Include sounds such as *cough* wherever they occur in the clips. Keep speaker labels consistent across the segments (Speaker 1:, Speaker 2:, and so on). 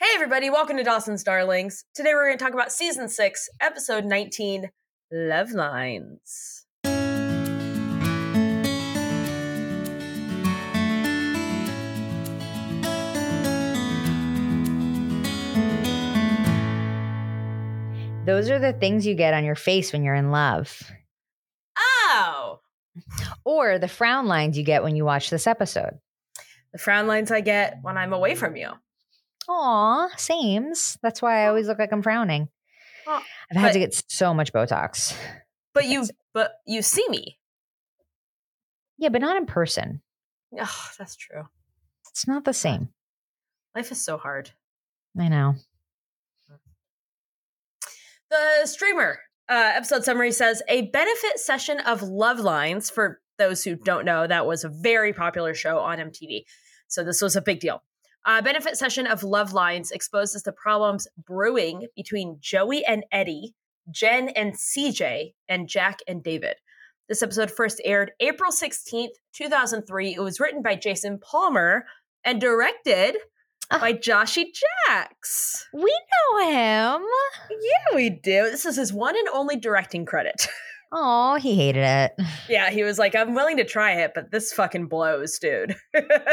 Speaker 1: Hey, everybody, welcome to Dawson's Darlings. Today we're going to talk about season six, episode 19 Love Lines.
Speaker 2: Those are the things you get on your face when you're in love,
Speaker 1: Oh,
Speaker 2: or the frown lines you get when you watch this episode.
Speaker 1: the frown lines I get when I'm away from you.
Speaker 2: Aw, sames. That's why I always look like I'm frowning.
Speaker 1: Aw,
Speaker 2: I've had
Speaker 1: but-
Speaker 2: to get so much Botox.
Speaker 1: But you, but you see me.
Speaker 2: Yeah, but not in person.
Speaker 1: Oh, that's true.
Speaker 2: It's not the same.
Speaker 1: Life is so hard.
Speaker 2: I know.
Speaker 1: The streamer uh, episode summary says a benefit session of Love Lines. For those who don't know, that was a very popular show on MTV. So this was a big deal. Uh, benefit session of Love Lines exposes the problems brewing between Joey and Eddie, Jen and CJ, and Jack and David. This episode first aired April 16th, 2003. It was written by Jason Palmer and directed
Speaker 2: Ah.
Speaker 1: by Joshy Jacks.
Speaker 2: We know him.
Speaker 1: Yeah, we do. This is his one and only directing credit. *laughs*
Speaker 2: Oh, he hated *laughs* it.
Speaker 1: yeah, he was like, I'm willing to try it, but this fucking blows, dude.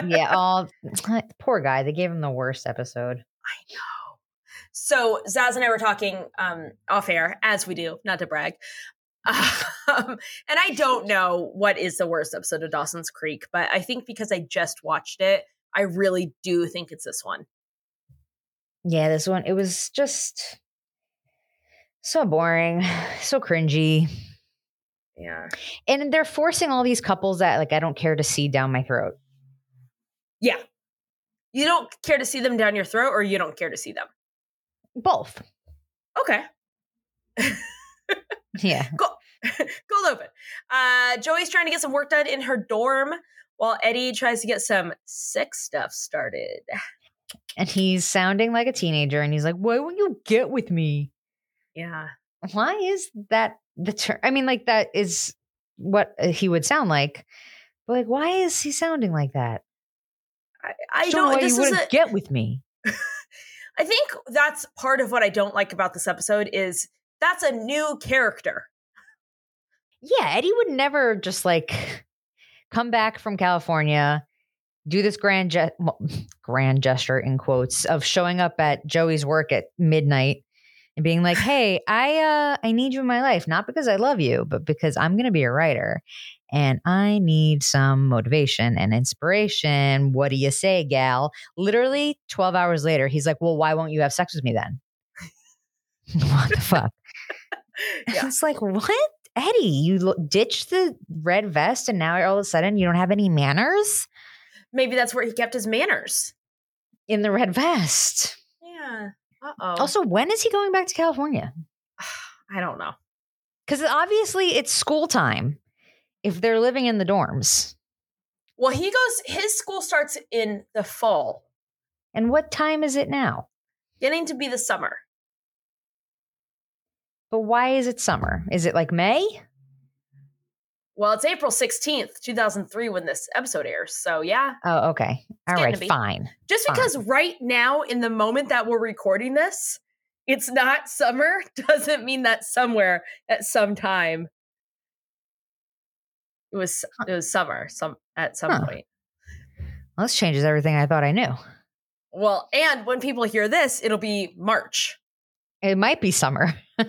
Speaker 2: yeah. Oh, *sniffs* poor guy. They gave him the worst episode.
Speaker 1: *laughs* So Zaz and I were talking um, off air, as we do, not to brag. *laughs* Um, and I don't know what is the worst episode of Dawson's Creek, but I think because I just watched it, I really do think it's this one.
Speaker 2: Yeah, this one. It was just so boring, *sighs* so cringy.
Speaker 1: Yeah.
Speaker 2: and they're forcing all these couples that like I don't care to see down my throat.
Speaker 1: Yeah. You don't care to see them down your throat, or you don't care to see them.
Speaker 2: Both.
Speaker 1: Okay.
Speaker 2: Yeah.
Speaker 1: Cold open. Uh, Joey's trying to get some work done in her dorm while Eddie tries to get some sex stuff started.
Speaker 2: And he's sounding like a teenager and he's like, "Why won't you get with me?"
Speaker 1: Yeah.
Speaker 2: Why is that the term? I mean, like that is what uh, he would sound like. But like why is he sounding like that?
Speaker 1: I, I
Speaker 2: Don't know
Speaker 1: don't
Speaker 2: why
Speaker 1: this
Speaker 2: you
Speaker 1: is
Speaker 2: wouldn't
Speaker 1: a,
Speaker 2: get with me.
Speaker 1: I think that's part of what I don't like about this episode is that's a new character.
Speaker 2: Yeah, Eddie would never just like come back from California, do this grand ge- well, *laughs* grand gesture in quotes of showing up at Joey's work at midnight and being like, "Hey, I uh I need you in my life, not because I love you, but because I'm going to be a writer and I need some motivation and inspiration. What do you say, gal?" Literally 12 hours later, he's like, "Well, why won't you have sex with me then?" *laughs* what the fuck?
Speaker 1: Yeah.
Speaker 2: It's like, what? Eddie, you lo- ditched the red vest and now all of a sudden you don't have any manners
Speaker 1: *laughs* Maybe that's where he kept his manners.
Speaker 2: in the red vest.
Speaker 1: Yeah. Uh oh.
Speaker 2: Also, when is he going back to California?
Speaker 1: I don't know.
Speaker 2: Because obviously it's school time if they're living in the dorms.
Speaker 1: Well, he goes, his school starts in the fall,
Speaker 2: And what time is it now?
Speaker 1: getting to be the summer.
Speaker 2: But why is it summer? Is it like May?
Speaker 1: Well, it's April 16th, 2003 when this episode airs. So, yeah,
Speaker 2: Oh, okay. All
Speaker 1: getting
Speaker 2: right,
Speaker 1: to be.
Speaker 2: fine.
Speaker 1: Just
Speaker 2: Fine.
Speaker 1: because right now, in the moment that we're recording this, it's not summer *laughs* doesn't mean that somewhere at some time it was it was summer some at some
Speaker 2: Huh.
Speaker 1: point.
Speaker 2: Well, this changes everything I thought I knew.
Speaker 1: Well, and when people hear this, it'll be March.
Speaker 2: It might be summer. *laughs*
Speaker 1: *laughs* no,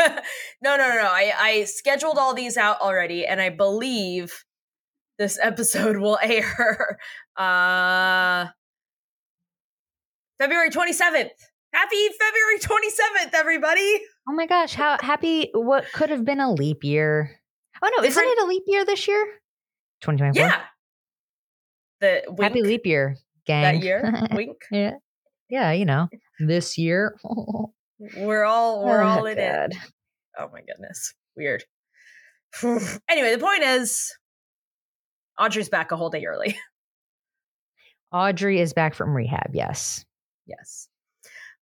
Speaker 1: no, no, no. I, I scheduled all these out already, and I believe this *laughs* episode will air uh February 27th. Happy February 27th, everybody.
Speaker 2: Oh my gosh, how happy what could have been a leap year. Oh no, isn't
Speaker 1: Different-
Speaker 2: it a leap year this year? 2024.
Speaker 1: Yeah. The wink
Speaker 2: Happy leap year, gang. *laughs*
Speaker 1: that year. wink.
Speaker 2: yeah. Yeah, you know, this year. *laughs*
Speaker 1: We're all we're
Speaker 2: Oh,
Speaker 1: all in it.
Speaker 2: God.
Speaker 1: Oh my goodness. Weird. *sighs* anyway, the point is Audrey's back a whole day early.
Speaker 2: Audrey is back from rehab. Yes.
Speaker 1: Yes.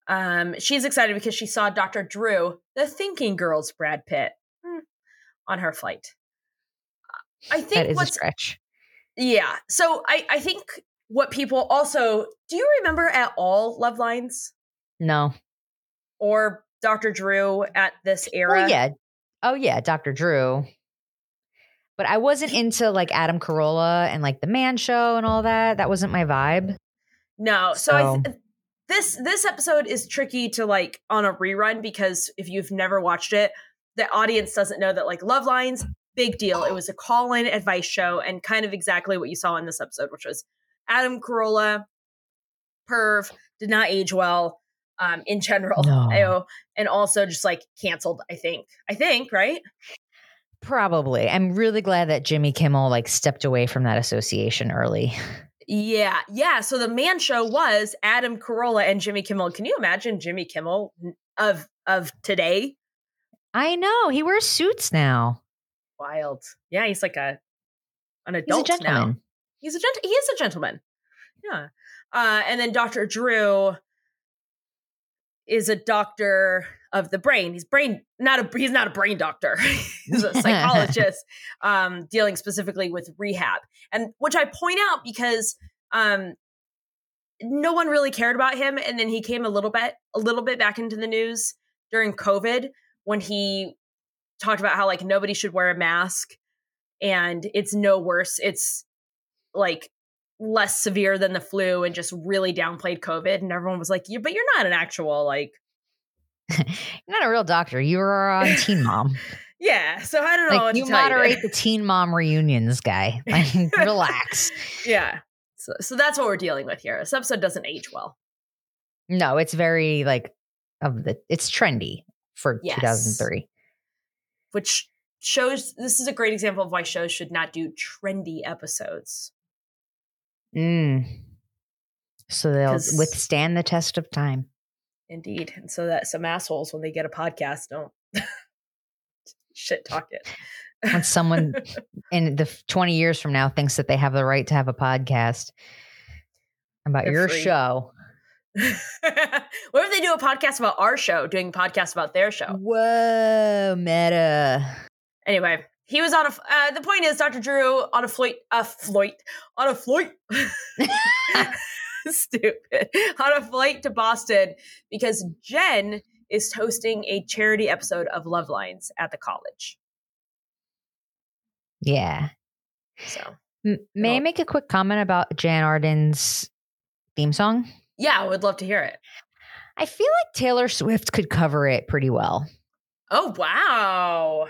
Speaker 1: Um, she's excited because she saw Dr. Drew, the thinking girl's Brad Pitt, mm, on her flight. I
Speaker 2: That
Speaker 1: think
Speaker 2: is a
Speaker 1: what's
Speaker 2: stretch.
Speaker 1: yeah. So I I think what people also do you remember at all love lines
Speaker 2: No.
Speaker 1: or Dr. Drew at this era?
Speaker 2: Well, yeah. Oh yeah, Dr. Drew. But I wasn't into like Adam Carolla and like the Man Show and all that. That wasn't my vibe.
Speaker 1: No. So, I th- this this episode is tricky to like on a rerun because if you've never watched it, the audience doesn't know that like Love Lines, big deal. It was a call-in advice show and kind of exactly what you saw in this episode, which was Adam Carolla, perv, did not age well um in general. *laughs*
Speaker 2: No.
Speaker 1: Ayo, And also just like canceled, I think. I think, right?
Speaker 2: Probably. I'm really glad that Jimmy Kimmel like stepped away from that association early. *laughs*
Speaker 1: Yeah, yeah. So the man show was Adam Carolla and Jimmy Kimmel. Can you imagine Jimmy Kimmel of of today?
Speaker 2: I know. He wears suits now.
Speaker 1: Wild. Yeah, he's like a an
Speaker 2: He's a
Speaker 1: adult
Speaker 2: gentleman.
Speaker 1: now. He's a gent. He is a gentleman. Yeah. Uh, and then Doctor Drew is a doctor of the brain. He's brain not a he's not a brain doctor. *laughs* he's a psychologist um, dealing specifically with rehab, and which I point out because um, no one really cared about him, and then he came a little bit a little bit back into the news during COVID when he talked about how like nobody should wear a mask, and it's no worse. It's like less severe than the flu and just really downplayed COVID. And everyone was like, yeah, but you're not an actual like,
Speaker 2: You're not a real doctor. You are on Teen Mom.
Speaker 1: yeah. So I don't know. what
Speaker 2: like
Speaker 1: to
Speaker 2: you
Speaker 1: tell there.
Speaker 2: moderate the Teen Mom reunions, guy. *laughs* Like relax.
Speaker 1: *laughs* yeah. So, so that's what we're dealing with here. This episode doesn't age well.
Speaker 2: No, it's very like of the. It's trendy for
Speaker 1: Yes.
Speaker 2: 2003.
Speaker 1: which shows this is a great example of why shows should not do trendy episodes.
Speaker 2: Mm. So they'll
Speaker 1: 'Cause-
Speaker 2: withstand the test of time.
Speaker 1: Indeed. And so that some assholes, when they get a podcast, don't *laughs* shit talk it. *laughs*
Speaker 2: When someone in the f- 20 years from now thinks that they have the right to have a podcast about
Speaker 1: They're
Speaker 2: your
Speaker 1: free.
Speaker 2: show.
Speaker 1: what if they do a podcast about our show, doing podcasts about their show?
Speaker 2: Whoa, meta.
Speaker 1: Anyway, he was on a. Uh, the point is, Dr. Drew on a flight, a flight, on a flight. *laughs* Stupid. On a flight to Boston because Jen is hosting a charity episode of Love Lines at the college.
Speaker 2: Yeah.
Speaker 1: So,
Speaker 2: M- may I
Speaker 1: Well-
Speaker 2: make a quick comment about Jan Arden's theme song?
Speaker 1: yeah, I would love to hear it.
Speaker 2: I feel like Taylor Swift could cover it pretty well.
Speaker 1: Oh, wow.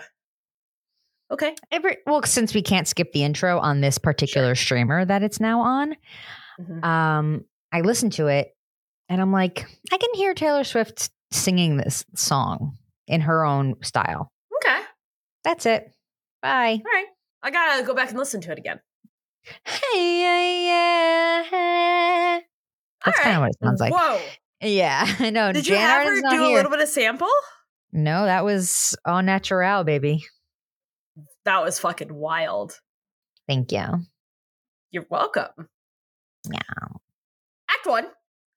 Speaker 1: Okay.
Speaker 2: Every, well, since we can't skip the intro on this particular streamer that it's now on,
Speaker 1: Mhm.
Speaker 2: um, I listened to it and I'm like, I can hear Taylor Swift singing this song in her own style.
Speaker 1: Okay. All
Speaker 2: That's it. Bye.
Speaker 1: right. I got to go back and listen to it again.
Speaker 2: Hey, yeah, yeah. That's
Speaker 1: All
Speaker 2: kind
Speaker 1: right.
Speaker 2: of what it sounds like. Oh,
Speaker 1: Whoa.
Speaker 2: Yeah, *laughs* I know.
Speaker 1: Did you
Speaker 2: Jan
Speaker 1: have her
Speaker 2: Arden's
Speaker 1: do
Speaker 2: not
Speaker 1: a
Speaker 2: here.
Speaker 1: little bit of sample?
Speaker 2: No, that was all natural, baby.
Speaker 1: That was fucking wild.
Speaker 2: Thank you.
Speaker 1: You're welcome.
Speaker 2: Yeah.
Speaker 1: Act one. *laughs*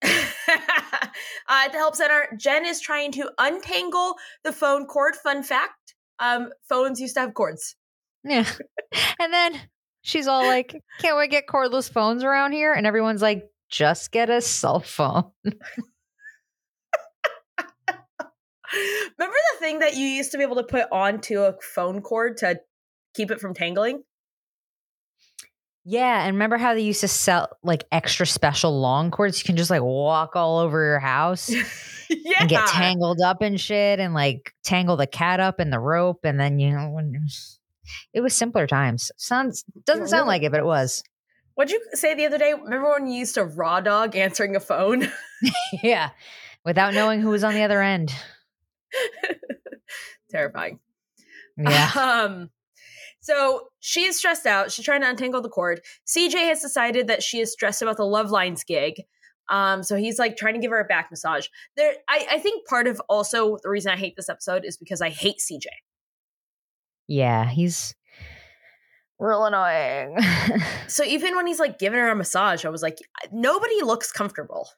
Speaker 1: uh, at the help center, Jen is trying to untangle the phone cord. Fun fact: um, phones used to have cords. *laughs*
Speaker 2: Yeah. and then she's all like, can't we get cordless phones around here? And everyone's like, just get a cell phone.
Speaker 1: Remember the thing that you used to be able to put onto a phone cord to keep it from tangling? *laughs*
Speaker 2: Yeah. And remember how they used to sell like extra special long cords? You can just like walk all over
Speaker 1: *laughs*
Speaker 2: your house
Speaker 1: yeah.
Speaker 2: and get tangled up and shit and like tangle the cat up in the rope. And *sighs* then, you know, when- it was simpler times. Sounds, doesn't sound
Speaker 1: Really?
Speaker 2: like it, but it was. *laughs*
Speaker 1: What'd you say the other day? Remember when you used to raw dog answering a phone? *laughs*
Speaker 2: yeah. Without knowing who was on the
Speaker 1: *laughs*
Speaker 2: other end.
Speaker 1: Terrifying. *laughs*
Speaker 2: Yeah.
Speaker 1: Um, so she is stressed out. She's trying to untangle the cord. CJ has decided that she is stressed about the Love Lines gig. Um, so he's like trying to give her a back massage. There, I, I think part of also the reason I hate this episode is because I hate CJ.
Speaker 2: Yeah. He's real annoying. *laughs*
Speaker 1: So even when he's like giving her a massage, I was like, nobody looks comfortable.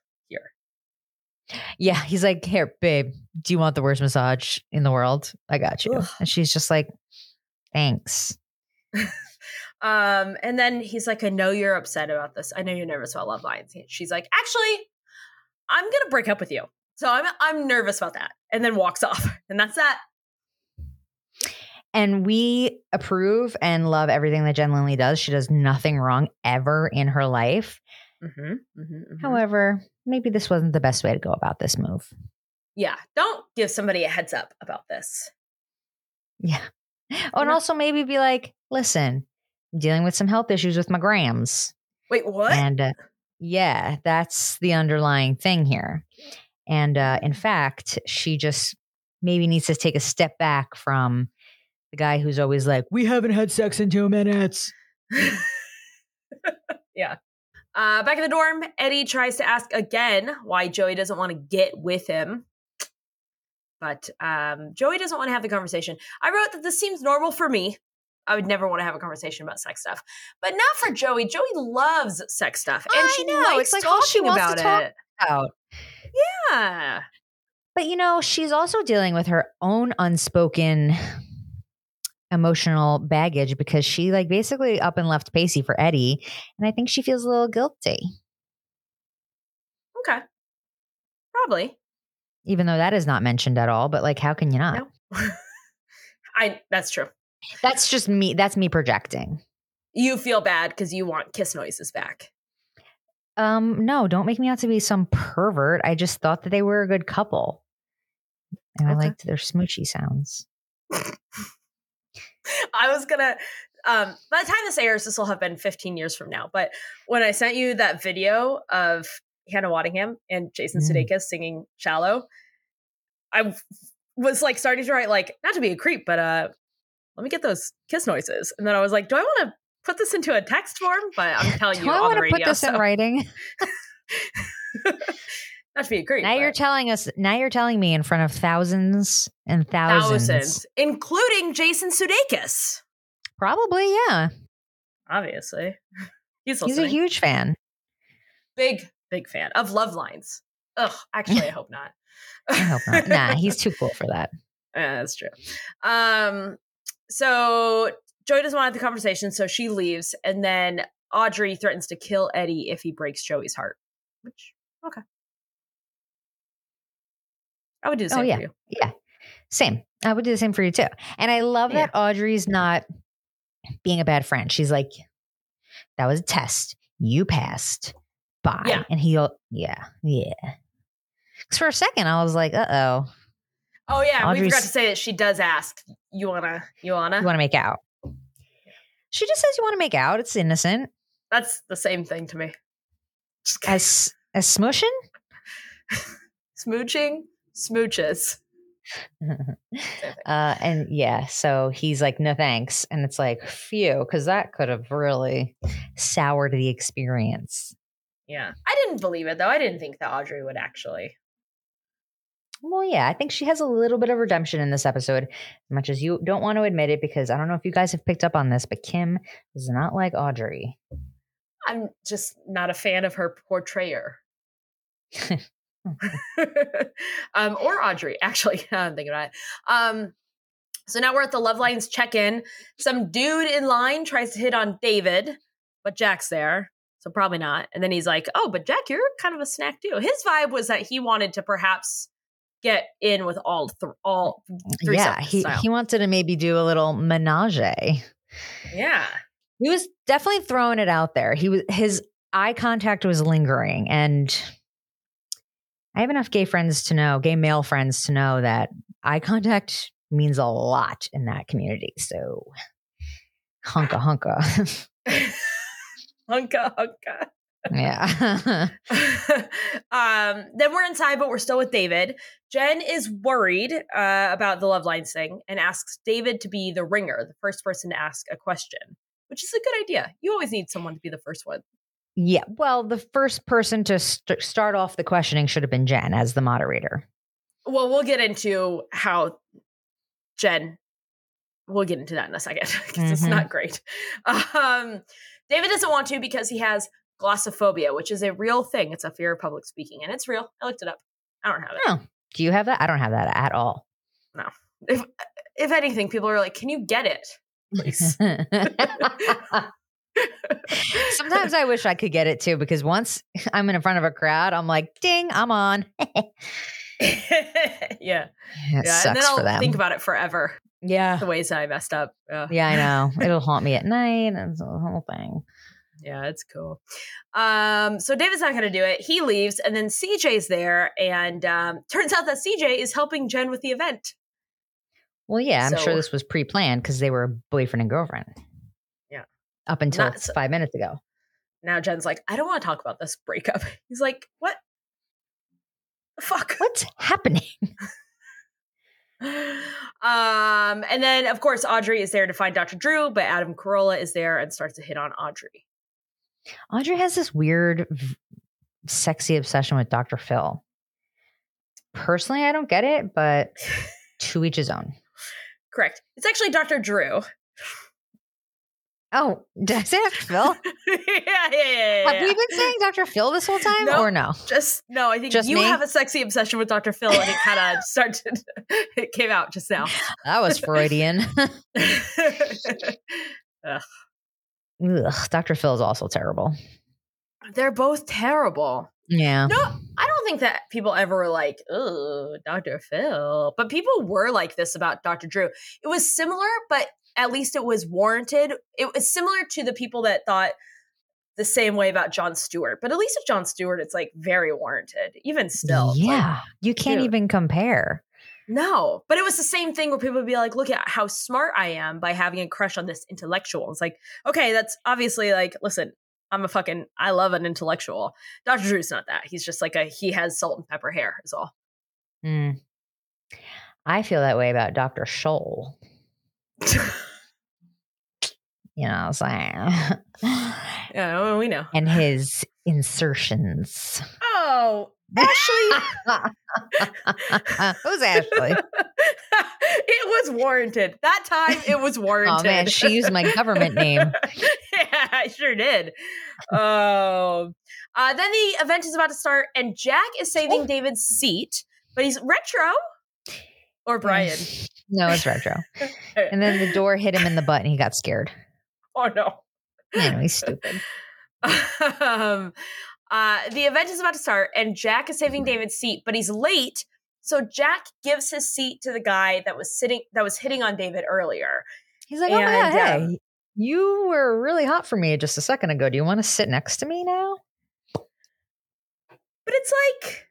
Speaker 2: Yeah, he's like, "Here, babe, do you want the worst massage in the world? I got you."
Speaker 1: Ugh.
Speaker 2: And she's just like, "Thanks."
Speaker 1: Um, and then he's like, I know you're upset about this. I know you're nervous about love lines. He- She's like, actually, I'm gonna break up with you. So I'm I'm nervous about that. And then walks *laughs* off. And that's that.
Speaker 2: And we approve and love everything that Jen Lindley does. She does nothing wrong ever in her life.
Speaker 1: Mm-hmm,
Speaker 2: However, maybe this wasn't the best way to go about this move. *laughs*
Speaker 1: Yeah. Don't give somebody a heads up about this.
Speaker 2: Yeah. Oh, and
Speaker 1: Yeah.
Speaker 2: also maybe be like, listen, I'm dealing with some health issues with my grams.
Speaker 1: Wait, what?
Speaker 2: And uh, yeah, that's the underlying thing here. And uh, in fact, she just maybe needs to take a step back from the guy who's always like, we haven't had sex in two minutes.
Speaker 1: *laughs* yeah. Uh, back in the dorm, Eddie tries to ask again why Joey doesn't want to get with him. But um, Joey doesn't want to have the conversation. I wrote that this seems normal for me. I would never want to have a conversation about sex stuff, but not for Joey. Joey loves sex stuff, and
Speaker 2: I
Speaker 1: she
Speaker 2: know.
Speaker 1: likes
Speaker 2: It's like
Speaker 1: talking
Speaker 2: all she wants to
Speaker 1: about
Speaker 2: talk
Speaker 1: it.
Speaker 2: Out.
Speaker 1: Yeah,
Speaker 2: But you know, she's also dealing with her own unspoken emotional baggage because she like basically up and left Pacey for Eddie. And I think she feels a little guilty,
Speaker 1: okay, probably.
Speaker 2: even though that is not mentioned at all. But like, how can you not?
Speaker 1: No. I that's true.
Speaker 2: That's just me. That's me projecting.
Speaker 1: You feel bad because you want kiss noises back.
Speaker 2: Um, no, don't make me out to be some pervert. I just thought that they were a good couple. And I
Speaker 1: Okay.
Speaker 2: liked their smoochy sounds.
Speaker 1: I was gonna. Um, by the time this airs, this will have been 15 years from now. But when I sent you that video of Hannah Waddingham and Jason
Speaker 2: Mm.
Speaker 1: Sudeikis singing "Shallow," I w- was like starting to write like not to be a creep, but uh, let me get those kiss noises. And then I was like, do I want to put this into a text form? But I'm
Speaker 2: *laughs*
Speaker 1: telling
Speaker 2: Do
Speaker 1: Oh, you
Speaker 2: I
Speaker 1: on
Speaker 2: want
Speaker 1: the
Speaker 2: to
Speaker 1: radio,
Speaker 2: put this in
Speaker 1: so- *laughs*
Speaker 2: writing?
Speaker 1: not to be a creep.
Speaker 2: Now you're
Speaker 1: but
Speaker 2: telling us. Now you're telling me in front of thousands and thousands.
Speaker 1: thousands, including Jason Sudeikis.
Speaker 2: Probably, yeah.
Speaker 1: Obviously, *laughs* he's
Speaker 2: He's
Speaker 1: listening.
Speaker 2: a huge fan.
Speaker 1: big big fan of love lines ugh actually
Speaker 2: *laughs*
Speaker 1: i hope not
Speaker 2: I hope not. nah, he's too cool for that.
Speaker 1: yeah, that's true um so joy doesn't want the conversation so she leaves and then audrey threatens to kill eddie if he breaks joey's heart which okay i would do the
Speaker 2: Oh,
Speaker 1: same
Speaker 2: yeah.
Speaker 1: for you
Speaker 2: Yeah. Same. I would do the same for you too. And I love that Audrey's not being a bad friend. She's like, that was a test. You passed. Bye.
Speaker 1: Yeah.
Speaker 2: And he'll, yeah, yeah. Because for a second, I was like, uh oh,
Speaker 1: oh yeah we forgot
Speaker 2: Audrey's-
Speaker 1: to say that she does ask you wanna you wanna
Speaker 2: you want to make out. She just says you want to make out. It's innocent.
Speaker 1: that's the same thing to me just kidding.
Speaker 2: As, as smushing?
Speaker 1: *laughs* smooching smooches
Speaker 2: *laughs* Uh, and yeah, so he's like, no thanks. And it's like, phew, because that could have really soured the experience.
Speaker 1: yeah i didn't believe it though i didn't think that audrey would actually
Speaker 2: Well, yeah, I think she has a little bit of redemption in this episode, as much as you don't want to admit it, because I don't know if you guys have picked up on this, but Kim is not like Audrey.
Speaker 1: I'm just not a fan of her portrayer. *laughs* um, or Audrey, actually. *laughs* now I'm thinking about it. Um, so now we're at the Love Lines check in. Some dude in line tries to hit on David, but Jack's there. So probably not. And then he's like, oh, but Jack, you're kind of a snack too. His vibe was that he wanted to perhaps get in with all, th- all, Threesome
Speaker 2: yeah, he,
Speaker 1: style.
Speaker 2: he wanted to maybe do a little menage.
Speaker 1: yeah.
Speaker 2: He was definitely throwing it out there. He was his eye contact was lingering, and I have enough gay friends to know, gay male friends to know that eye contact means a lot in that community. So, hunka hunka,
Speaker 1: *laughs* hunka, hunka.
Speaker 2: *laughs* yeah. *laughs*
Speaker 1: *laughs* um, then we're inside, but we're still with David. Jen is worried uh, about the love lines thing and asks David to be the ringer, the first person to ask a question, which is a good idea. You always need someone to be the first one.
Speaker 2: Yeah. Well, the first person to st- start off the questioning should have been Jen as the moderator.
Speaker 1: Well, we'll get into how Jen. We'll get into that in a second *laughs* because it's
Speaker 2: Mhm.
Speaker 1: not great. Um, David doesn't want to because he has glossophobia, which is a real thing. It's a fear of public speaking, and it's real. I looked it up. I don't have it.
Speaker 2: Do you have that? I don't have that at all. *laughs*
Speaker 1: if if anything, people are like, "Can you get it?" *laughs* please.
Speaker 2: Sometimes I wish I could get it too, because once *laughs* I'm in front of a crowd, I'm like, ding, I'm on. it
Speaker 1: yeah. yeah. And then
Speaker 2: sucks
Speaker 1: I'll
Speaker 2: for them.
Speaker 1: think about it forever.
Speaker 2: yeah.
Speaker 1: The ways that I messed up. Yeah.
Speaker 2: Yeah, I know. It'll haunt me at night. It's the whole thing.
Speaker 1: Yeah, it's cool. Um, so David's not going to do it. He leaves, and then CJ's there, and um, turns out that CJ is helping Jen with the event.
Speaker 2: Well, yeah, I'm
Speaker 1: So-
Speaker 2: sure this was pre planned because they were boyfriend and girlfriend.
Speaker 1: Yeah.
Speaker 2: Up until
Speaker 1: Not so-
Speaker 2: five minutes ago.
Speaker 1: Now Jen's like, I don't want to talk about this breakup. *laughs* He's like, what? The Fuck.
Speaker 2: What's happening?
Speaker 1: *laughs* Um, and then of course Audrey is there to find Dr. Drew, but Adam Carolla is there and starts to hit on Audrey.
Speaker 2: Audrey has this weird, v- sexy obsession with Dr. Phil. Personally, I don't get it, but to each his own.
Speaker 1: Correct. It's actually Dr. Drew.
Speaker 2: Oh, *laughs* did I say Dr. Phil?
Speaker 1: *laughs* yeah, yeah, yeah, yeah,
Speaker 2: Have we been saying Dr. Phil this whole time
Speaker 1: No.
Speaker 2: or no?
Speaker 1: just no, I think
Speaker 2: Just
Speaker 1: you
Speaker 2: me?
Speaker 1: have a sexy obsession with Dr. Phil and it
Speaker 2: *laughs*
Speaker 1: kind of started *laughs* it came out just now. *laughs*
Speaker 2: That was Freudian. Ugh, Dr. Phil is also terrible.
Speaker 1: They're both terrible.
Speaker 2: Yeah.
Speaker 1: No, I don't think that people ever were like, "Oh, Dr. Phil," but people were like this about Dr. Drew. It was similar, but at least it was warranted. It was similar to the people that thought the same way about John Stewart, but at least with John Stewart, it's like very warranted, even still. It's like,
Speaker 2: yeah. you can't
Speaker 1: dude.
Speaker 2: even compare.
Speaker 1: no, but it was the same thing where people would be like, "Look at how smart I am by having a crush on this intellectual." It's like, okay, that's obviously like, listen, I'm a fucking, I love an intellectual. Dr. Drew's not that. He's just like a he has salt and pepper hair is all.
Speaker 2: Mm. I feel that way about
Speaker 1: *laughs*
Speaker 2: Dr. Scholl. You know what I'm saying? *laughs*
Speaker 1: yeah,
Speaker 2: oh,
Speaker 1: well, we know.
Speaker 2: and his insertions.
Speaker 1: Oh, *laughs* Ashley, Uh,
Speaker 2: Who's Ashley?
Speaker 1: it was warranted that time. It was warranted.
Speaker 2: *laughs* *laughs* Oh man, she used my government name.
Speaker 1: yeah, I sure did. Um, uh, then the event is about to start, and Jack is saving
Speaker 2: Oh.
Speaker 1: David's seat, but he's retro or *laughs* Brian.
Speaker 2: *laughs* No, it's retro. And
Speaker 1: *laughs*
Speaker 2: then the door hit him in the butt and he got scared.
Speaker 1: oh no.
Speaker 2: You know, he's stupid.
Speaker 1: um, uh, the event is about to start, and Jack is saving David's seat, but he's late. So Jack gives his seat to the guy that was sitting that was hitting on David earlier.
Speaker 2: He's like, oh my God,
Speaker 1: And,
Speaker 2: hey,
Speaker 1: um,
Speaker 2: you were really hot for me just a second ago. Do you want to sit next to me now?
Speaker 1: But it's like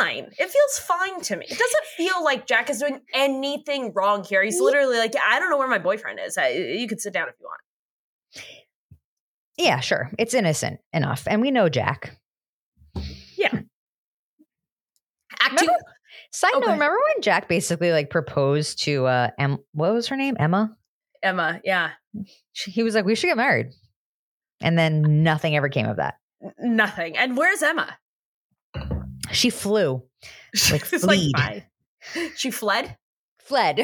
Speaker 1: fine. It feels fine to me. It doesn't feel like Jack is doing anything wrong here. He's literally like, I don't know where my boyfriend is. I, you could sit down if you want.
Speaker 2: Yeah, sure. It's innocent enough. And we know Jack.
Speaker 1: Act two.
Speaker 2: Side
Speaker 1: Okay.
Speaker 2: note, remember when Jack basically like proposed to uh em- what was her name? Emma?
Speaker 1: Emma, yeah.
Speaker 2: She, he was like, We should get married. And then nothing ever came of that.
Speaker 1: N- Nothing. And where's Emma? *laughs*
Speaker 2: She flew.
Speaker 1: She
Speaker 2: Like
Speaker 1: was
Speaker 2: fleed.
Speaker 1: bye. She fled.
Speaker 2: Fled.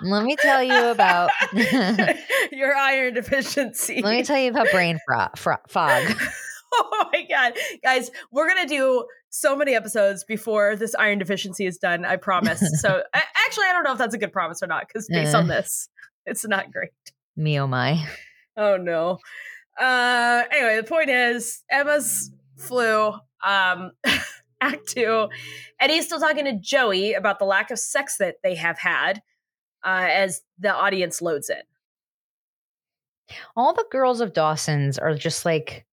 Speaker 2: Let me tell you about *laughs* let
Speaker 1: *laughs* your iron deficiency.
Speaker 2: me tell you about brain fro- fro- fog.
Speaker 1: *laughs* oh my god. Guys, we're gonna do so many episodes before this iron deficiency is done, I promise. so a- actually I don't know if that's a good promise or not, because based on this, it's not great.
Speaker 2: Me oh my.
Speaker 1: Oh no. Uh anyway, the point is Emma's flu. Um *laughs* act two. Eddie's still talking to Joey about the lack of sex that they have had uh as the audience loads it.
Speaker 2: All the girls of Dawson's are just like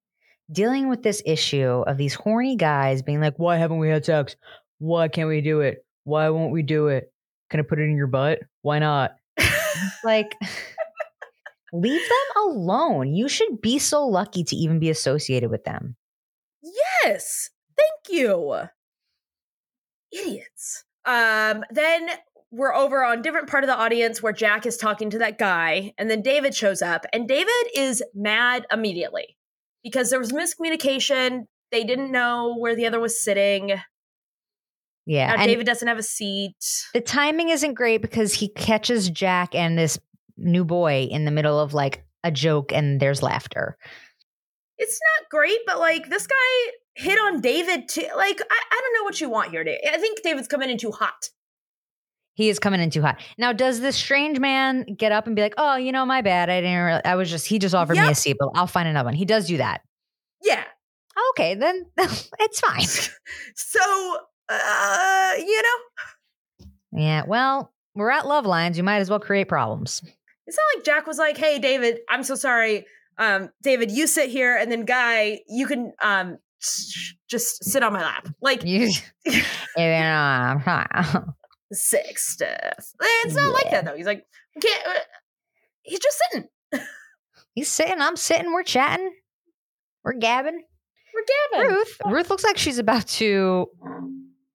Speaker 2: dealing with this issue of these horny guys being like, Why haven't we had sex? Why can't we do it? Why won't we do it? Can I put it in your butt? Why not? like leave them alone you should be so lucky to even be associated with them
Speaker 1: Yes. Thank you. Idiots. Um, then we're over on different part of the audience where Jack is talking to that guy, and then David shows up, and David is mad immediately because there was miscommunication. They didn't know where the other was sitting.
Speaker 2: yeah
Speaker 1: Now
Speaker 2: and
Speaker 1: David doesn't have a seat.
Speaker 2: the timing isn't great because he catches jack and this new boy in the middle of like a joke and there's laughter
Speaker 1: It's not great, but like this guy hit on David too. Like I, I don't know what you want here. Dave. I think David's coming in too hot.
Speaker 2: He is coming in too hot. Now, does this strange man get up and be like, "Oh, you know, my bad. I didn't. Really, I was just. He just offered me a
Speaker 1: Yep.
Speaker 2: seat, but I'll find another one." He does do that.
Speaker 1: Yeah.
Speaker 2: Okay, then *laughs* it's fine.
Speaker 1: So, uh, you know,
Speaker 2: Yeah. Well, we're at love lines. You might as well create problems.
Speaker 1: it's not like Jack was like, "Hey, David, I'm so sorry. Um, David, you sit here, and then Guy, you can um s- just sit on my lap." Like
Speaker 2: You. *laughs* Yeah, I'm fine.
Speaker 1: sick stuff. It's not like that though. He's like, "We can't." uh," He's just sitting.
Speaker 2: *laughs* He's sitting. I'm sitting. We're chatting. We're gabbing.
Speaker 1: We're gabbing.
Speaker 2: Ruth. Ruth looks like she's about to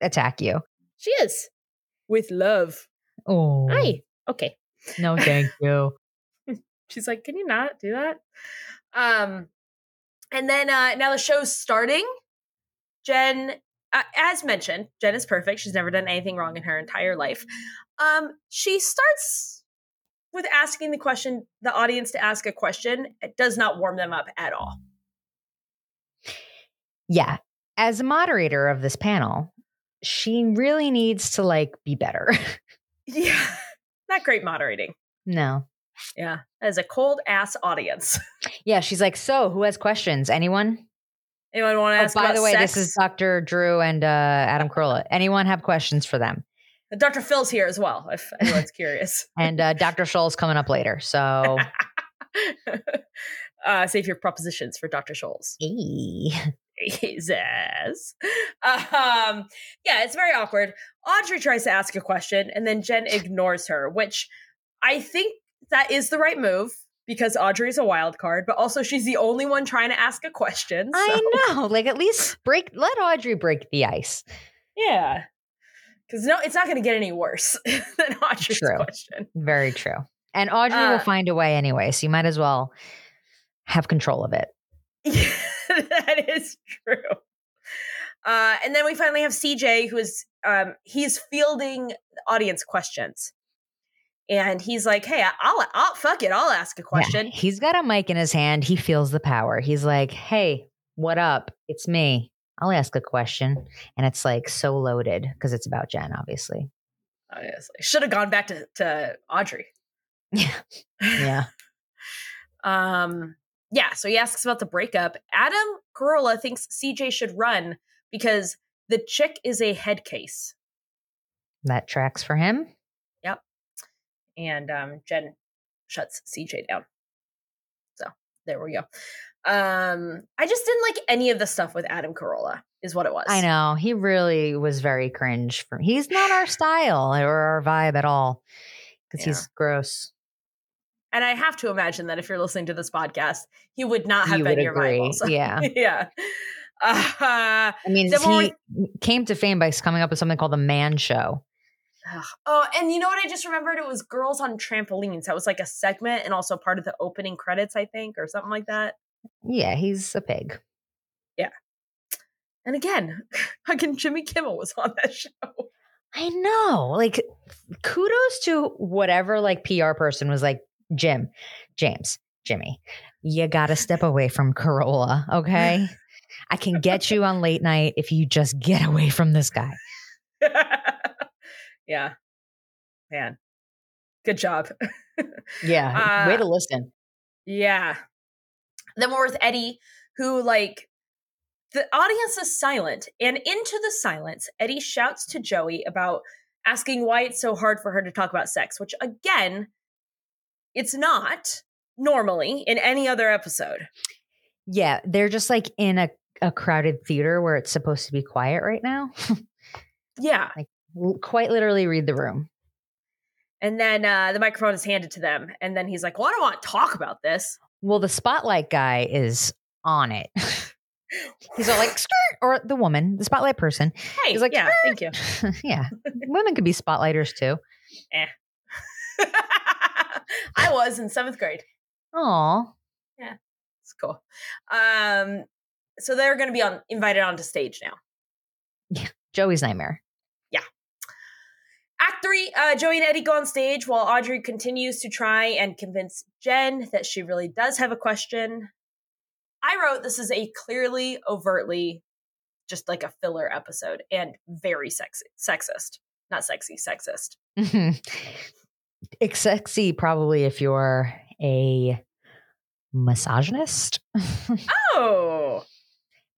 Speaker 2: attack you.
Speaker 1: She is with love.
Speaker 2: Oh,
Speaker 1: Hi. Okay.
Speaker 2: no, thank you.
Speaker 1: She's like, "Can you not do that?" Um, and then uh, now the show's starting. Jen, uh, as mentioned, Jen is perfect. She's never done anything wrong in her entire life. Um, she starts with asking the question, the audience to ask a question. It does not warm them up at all.
Speaker 2: Yeah. As a moderator of this panel, she really needs to like be better. *laughs*
Speaker 1: Yeah, *laughs* not great moderating.
Speaker 2: no.
Speaker 1: Yeah, that is a cold ass audience. *laughs*
Speaker 2: Yeah, she's like, so who has questions? Anyone?
Speaker 1: Anyone want to
Speaker 2: Oh,
Speaker 1: ask?
Speaker 2: by
Speaker 1: about
Speaker 2: the way,
Speaker 1: sex?
Speaker 2: this is Dr. Drew and uh, Adam Carolla. Anyone have questions for them?
Speaker 1: Dr. Phil's here as well.
Speaker 2: *laughs*
Speaker 1: If anyone's curious. *laughs*
Speaker 2: And uh, *laughs* Dr. Scholl's coming up later. So,
Speaker 1: uh, save your propositions for Dr. Scholes.
Speaker 2: *laughs* Hey.
Speaker 1: Jesus. Um, yeah, it's very awkward. Audrey tries to ask a question and then Jen ignores her, which I think that is the right move because Audrey's a wild card, but also she's the only one trying to ask a question. So,
Speaker 2: I know. Like, at least break, let Audrey break the ice.
Speaker 1: yeah. Because no, it's not going to get any worse *laughs* than Audrey's
Speaker 2: True.
Speaker 1: question.
Speaker 2: Very true. And Audrey will
Speaker 1: Uh,
Speaker 2: find a way anyway. So you might as well have control of it.
Speaker 1: Yeah, *laughs* that is true. Uh, and then we finally have CJ, who is um, he's fielding audience questions, and he's like, "Hey, I- I'll, I'll fuck it, I'll ask a
Speaker 2: Yeah.
Speaker 1: question."
Speaker 2: He's got a mic in his hand. He feels the power. He's like, hey, what up? It's me. I'll ask a question. And it's like so loaded because it's about Jen, obviously.
Speaker 1: Should have gone back to, to Audrey.
Speaker 2: *laughs* Yeah. Yeah.
Speaker 1: *laughs* Um, yeah, so he asks about the breakup. Adam Carolla thinks CJ should run because the chick is a head case,
Speaker 2: that tracks for him.
Speaker 1: and um, Jen shuts CJ down. So there we go. Um, I just didn't like any of the stuff with Adam Carolla, is what it was.
Speaker 2: I know. He really was very cringe for he's not our style or our vibe at all. Because
Speaker 1: Yeah.
Speaker 2: he's gross.
Speaker 1: and I have to imagine that if you're listening to this podcast, he would not have
Speaker 2: You
Speaker 1: been
Speaker 2: would
Speaker 1: your vibe.
Speaker 2: agree.
Speaker 1: Also. *laughs*
Speaker 2: Yeah.
Speaker 1: yeah. Uh,
Speaker 2: I mean,
Speaker 1: Then when
Speaker 2: he came to fame by coming up with something called the man show.
Speaker 1: oh, and you know what? I just remembered it was girls on trampolines. That was like a segment and also part of the opening credits, I think, or something like that.
Speaker 2: Yeah, he's a pig.
Speaker 1: And again, *laughs* fucking Jimmy Kimmel was on that *laughs* show.
Speaker 2: I know. Like, kudos to whatever like PR person was like, Jim, James, Jimmy, you gotta step away from Corolla, okay? I can get you on late night if you just get away from this guy.
Speaker 1: *laughs* yeah. Man. Good job. *laughs*
Speaker 2: Yeah,
Speaker 1: Uh,
Speaker 2: way to listen.
Speaker 1: yeah. Then we're with Eddie, who, like, the audience is silent. And into the silence, Eddie shouts to Joey about asking why it's so hard for her to talk about sex, which, again, it's not normally in any other episode.
Speaker 2: Yeah, they're just like in a, a crowded theater where it's supposed to be quiet right now.
Speaker 1: Yeah.
Speaker 2: L- Quite literally, read the room.
Speaker 1: And then uh, the microphone is handed to them. And then he's like, Well, I don't want to talk about this.
Speaker 2: Well, the spotlight guy is on it. *laughs* He's all like, skirt, or the woman, the spotlight person.
Speaker 1: Hey,
Speaker 2: He's like,
Speaker 1: yeah, thank you. *laughs*
Speaker 2: *laughs* yeah, women could be spotlighters too.
Speaker 1: I was in seventh grade.
Speaker 2: Oh,
Speaker 1: It's cool. Um, so they're going to be on invited onto stage now.
Speaker 2: Joey's nightmare. *laughs*
Speaker 1: Act three, uh, Joey and Eddie go on stage while Audrey continues to try and convince Jen that she really does have a question. I wrote this is a clearly, overtly, just like a filler episode and very sexy, sexist. not sexy, sexist.
Speaker 2: it's sexy probably if you're a misogynist. *laughs*
Speaker 1: Oh,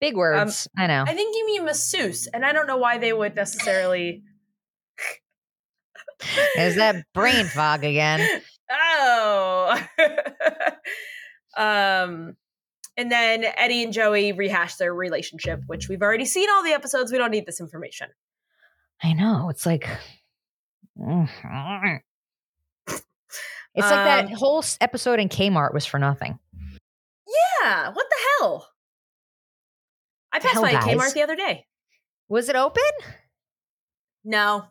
Speaker 2: Big words. Um, I know.
Speaker 1: I think you mean masseuse, and I don't know why they would necessarily.
Speaker 2: Is *laughs* that brain fog again?
Speaker 1: Oh. *laughs* um, and then Eddie and Joey rehash their relationship, which we've already seen all the episodes. We don't need this information.
Speaker 2: I know. It's like *laughs* it's like that
Speaker 1: Um,
Speaker 2: whole s- episode in Kmart was for nothing.
Speaker 1: Yeah, what the hell? I passed
Speaker 2: Hell,
Speaker 1: by a
Speaker 2: guys.
Speaker 1: Kmart the other day.
Speaker 2: Was it open?
Speaker 1: No,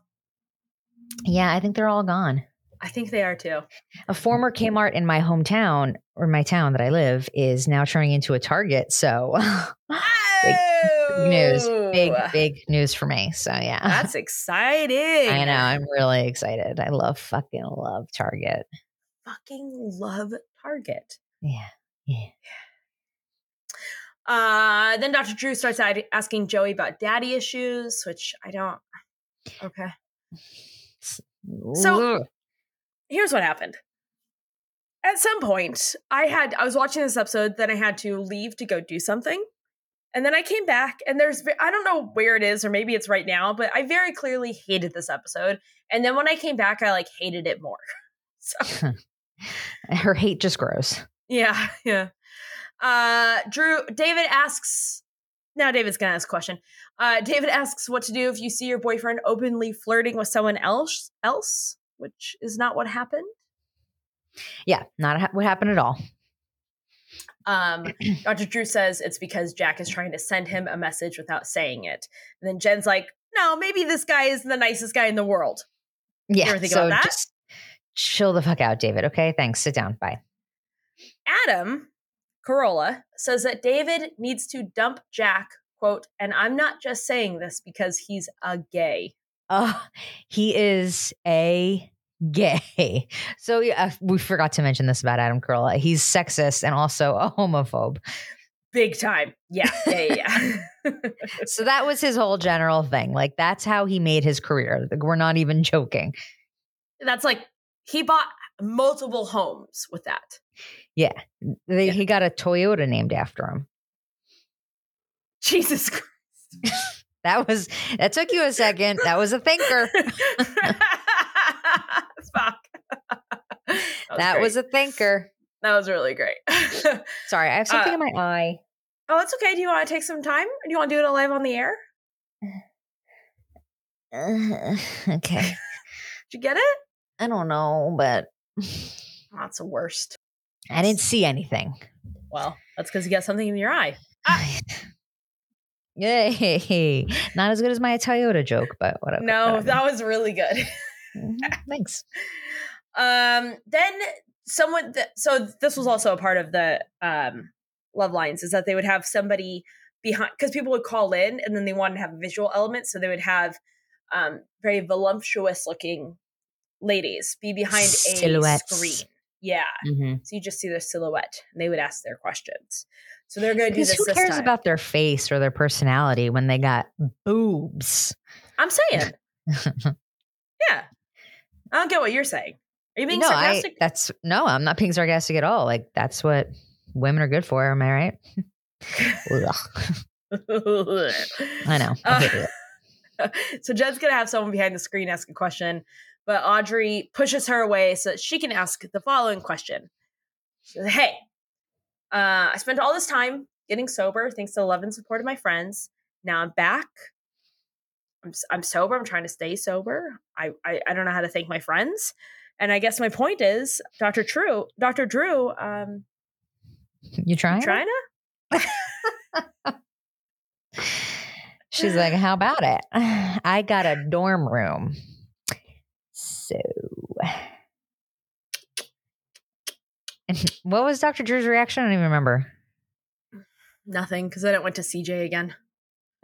Speaker 2: Yeah, I think they're all gone.
Speaker 1: I think they are
Speaker 2: *gasps*
Speaker 1: too.
Speaker 2: A former Kmart in my hometown or my town that I live is now turning into a Target. So *laughs*
Speaker 1: Oh!
Speaker 2: news, big, big news for me. So yeah.
Speaker 1: That's exciting.
Speaker 2: *laughs* I know. I'm really excited. I love fucking love Target.
Speaker 1: Fucking love Target.
Speaker 2: Yeah.
Speaker 1: Uh, then Dr. Drew starts ad- asking Joey about daddy issues, which I don't. Okay. So-
Speaker 2: Ugh.
Speaker 1: Here's what happened. At some point, I had I was watching this episode, then I had to leave to go do something. And then I came back and there's ve- I don't know where it is or maybe it's right now, but I very clearly hated this episode. And then when I came back, I like hated it more. *laughs*
Speaker 2: her hate just grows.
Speaker 1: Yeah, yeah. Uh Drew David asks now David's gonna ask a question. Uh David asks what to do if you see your boyfriend openly flirting with someone else else, which is not what happened.
Speaker 2: Yeah, not ha- what happened at all.
Speaker 1: Um
Speaker 2: *clears throat*
Speaker 1: Dr. Drew says it's because Jack is trying to send him a message without saying it. And then Jen's like, no, maybe this guy isn't the nicest guy in the world.
Speaker 2: Yeah.
Speaker 1: ever think
Speaker 2: so
Speaker 1: about that?
Speaker 2: just chill the fuck out, David. Okay. Thanks. Sit down. Bye.
Speaker 1: Adam Corolla says that David needs to dump Jack, quote, and I'm not just saying this because he's a gay.
Speaker 2: Uh, he is a gay. *laughs* So yeah, uh, we forgot to mention this about Adam Carolla. He's sexist and also a homophobe.
Speaker 1: Big time. Yeah. Yeah. Yeah.
Speaker 2: *laughs*
Speaker 1: *laughs* yeah.
Speaker 2: so that was his whole general thing. Like that's how he made his career. Like, We're not even *laughs* joking.
Speaker 1: That's like he bought multiple homes with that.
Speaker 2: They,
Speaker 1: Yeah.
Speaker 2: He got a Toyota named after him.
Speaker 1: Jesus Christ. *laughs*
Speaker 2: That was that took you a second. That was a thinker.
Speaker 1: Fuck. *laughs* That was,
Speaker 2: that was
Speaker 1: great.
Speaker 2: a thinker.
Speaker 1: that was really great. *laughs* oh,
Speaker 2: Sorry, I have something
Speaker 1: Uh,
Speaker 2: in my eye.
Speaker 1: Oh, that's okay. Do you want to take some time? Do you want to do it live on the air?
Speaker 2: Uh, *sighs* okay,
Speaker 1: Did you get it?
Speaker 2: I don't know, but *sighs*
Speaker 1: Oh, that's the worst.
Speaker 2: I didn't see anything.
Speaker 1: Well, that's because you got something in your eye.
Speaker 2: *laughs* Yay! Not as good as my Toyota joke, but whatever.
Speaker 1: *laughs* No, *laughs*
Speaker 2: whatever.
Speaker 1: that was really good.
Speaker 2: Mhm,
Speaker 1: *laughs*
Speaker 2: Thanks.
Speaker 1: Um, then someone. Th- so this was also a part of the um, love lines is that they would have somebody behind because people would call in and then they wanted to have a visual element, so they would have um, very voluptuous looking ladies be behind
Speaker 2: Silhouettes.
Speaker 1: a screen. Yeah,
Speaker 2: Mhm.
Speaker 1: so you just see their silhouette, and they would ask their questions. So they're going to do
Speaker 2: Because
Speaker 1: this.
Speaker 2: who
Speaker 1: this
Speaker 2: cares
Speaker 1: time.
Speaker 2: about their face or their personality when they got boobs? *laughs*
Speaker 1: I'm saying, yeah. I don't get what you're saying. Are you being
Speaker 2: no,
Speaker 1: sarcastic?
Speaker 2: I, that's no, I'm not being sarcastic at all. Like that's what women are good for. Am I right? *laughs* Ugh.
Speaker 1: *laughs*
Speaker 2: I know. I hate it.
Speaker 1: Uh, so Jen's gonna have someone behind the screen ask a question, but Audrey pushes her away so that she can ask the following question. She says, hey, uh, I spent all this time getting sober thanks to the love and support of my friends. Now I'm back. I'm, s- I'm sober. I'm trying to stay sober. I, I I don't know how to thank my friends. And I guess my point is, Dr. True, Dr. Drew, um,
Speaker 2: You trying?
Speaker 1: you trying to? *sighs*
Speaker 2: She's like, "How about it? *sighs* I got a dorm room, so." *laughs* And what was Dr. Drew's reaction? I don't even remember.
Speaker 1: Nothing, because then it went to CJ again. *laughs*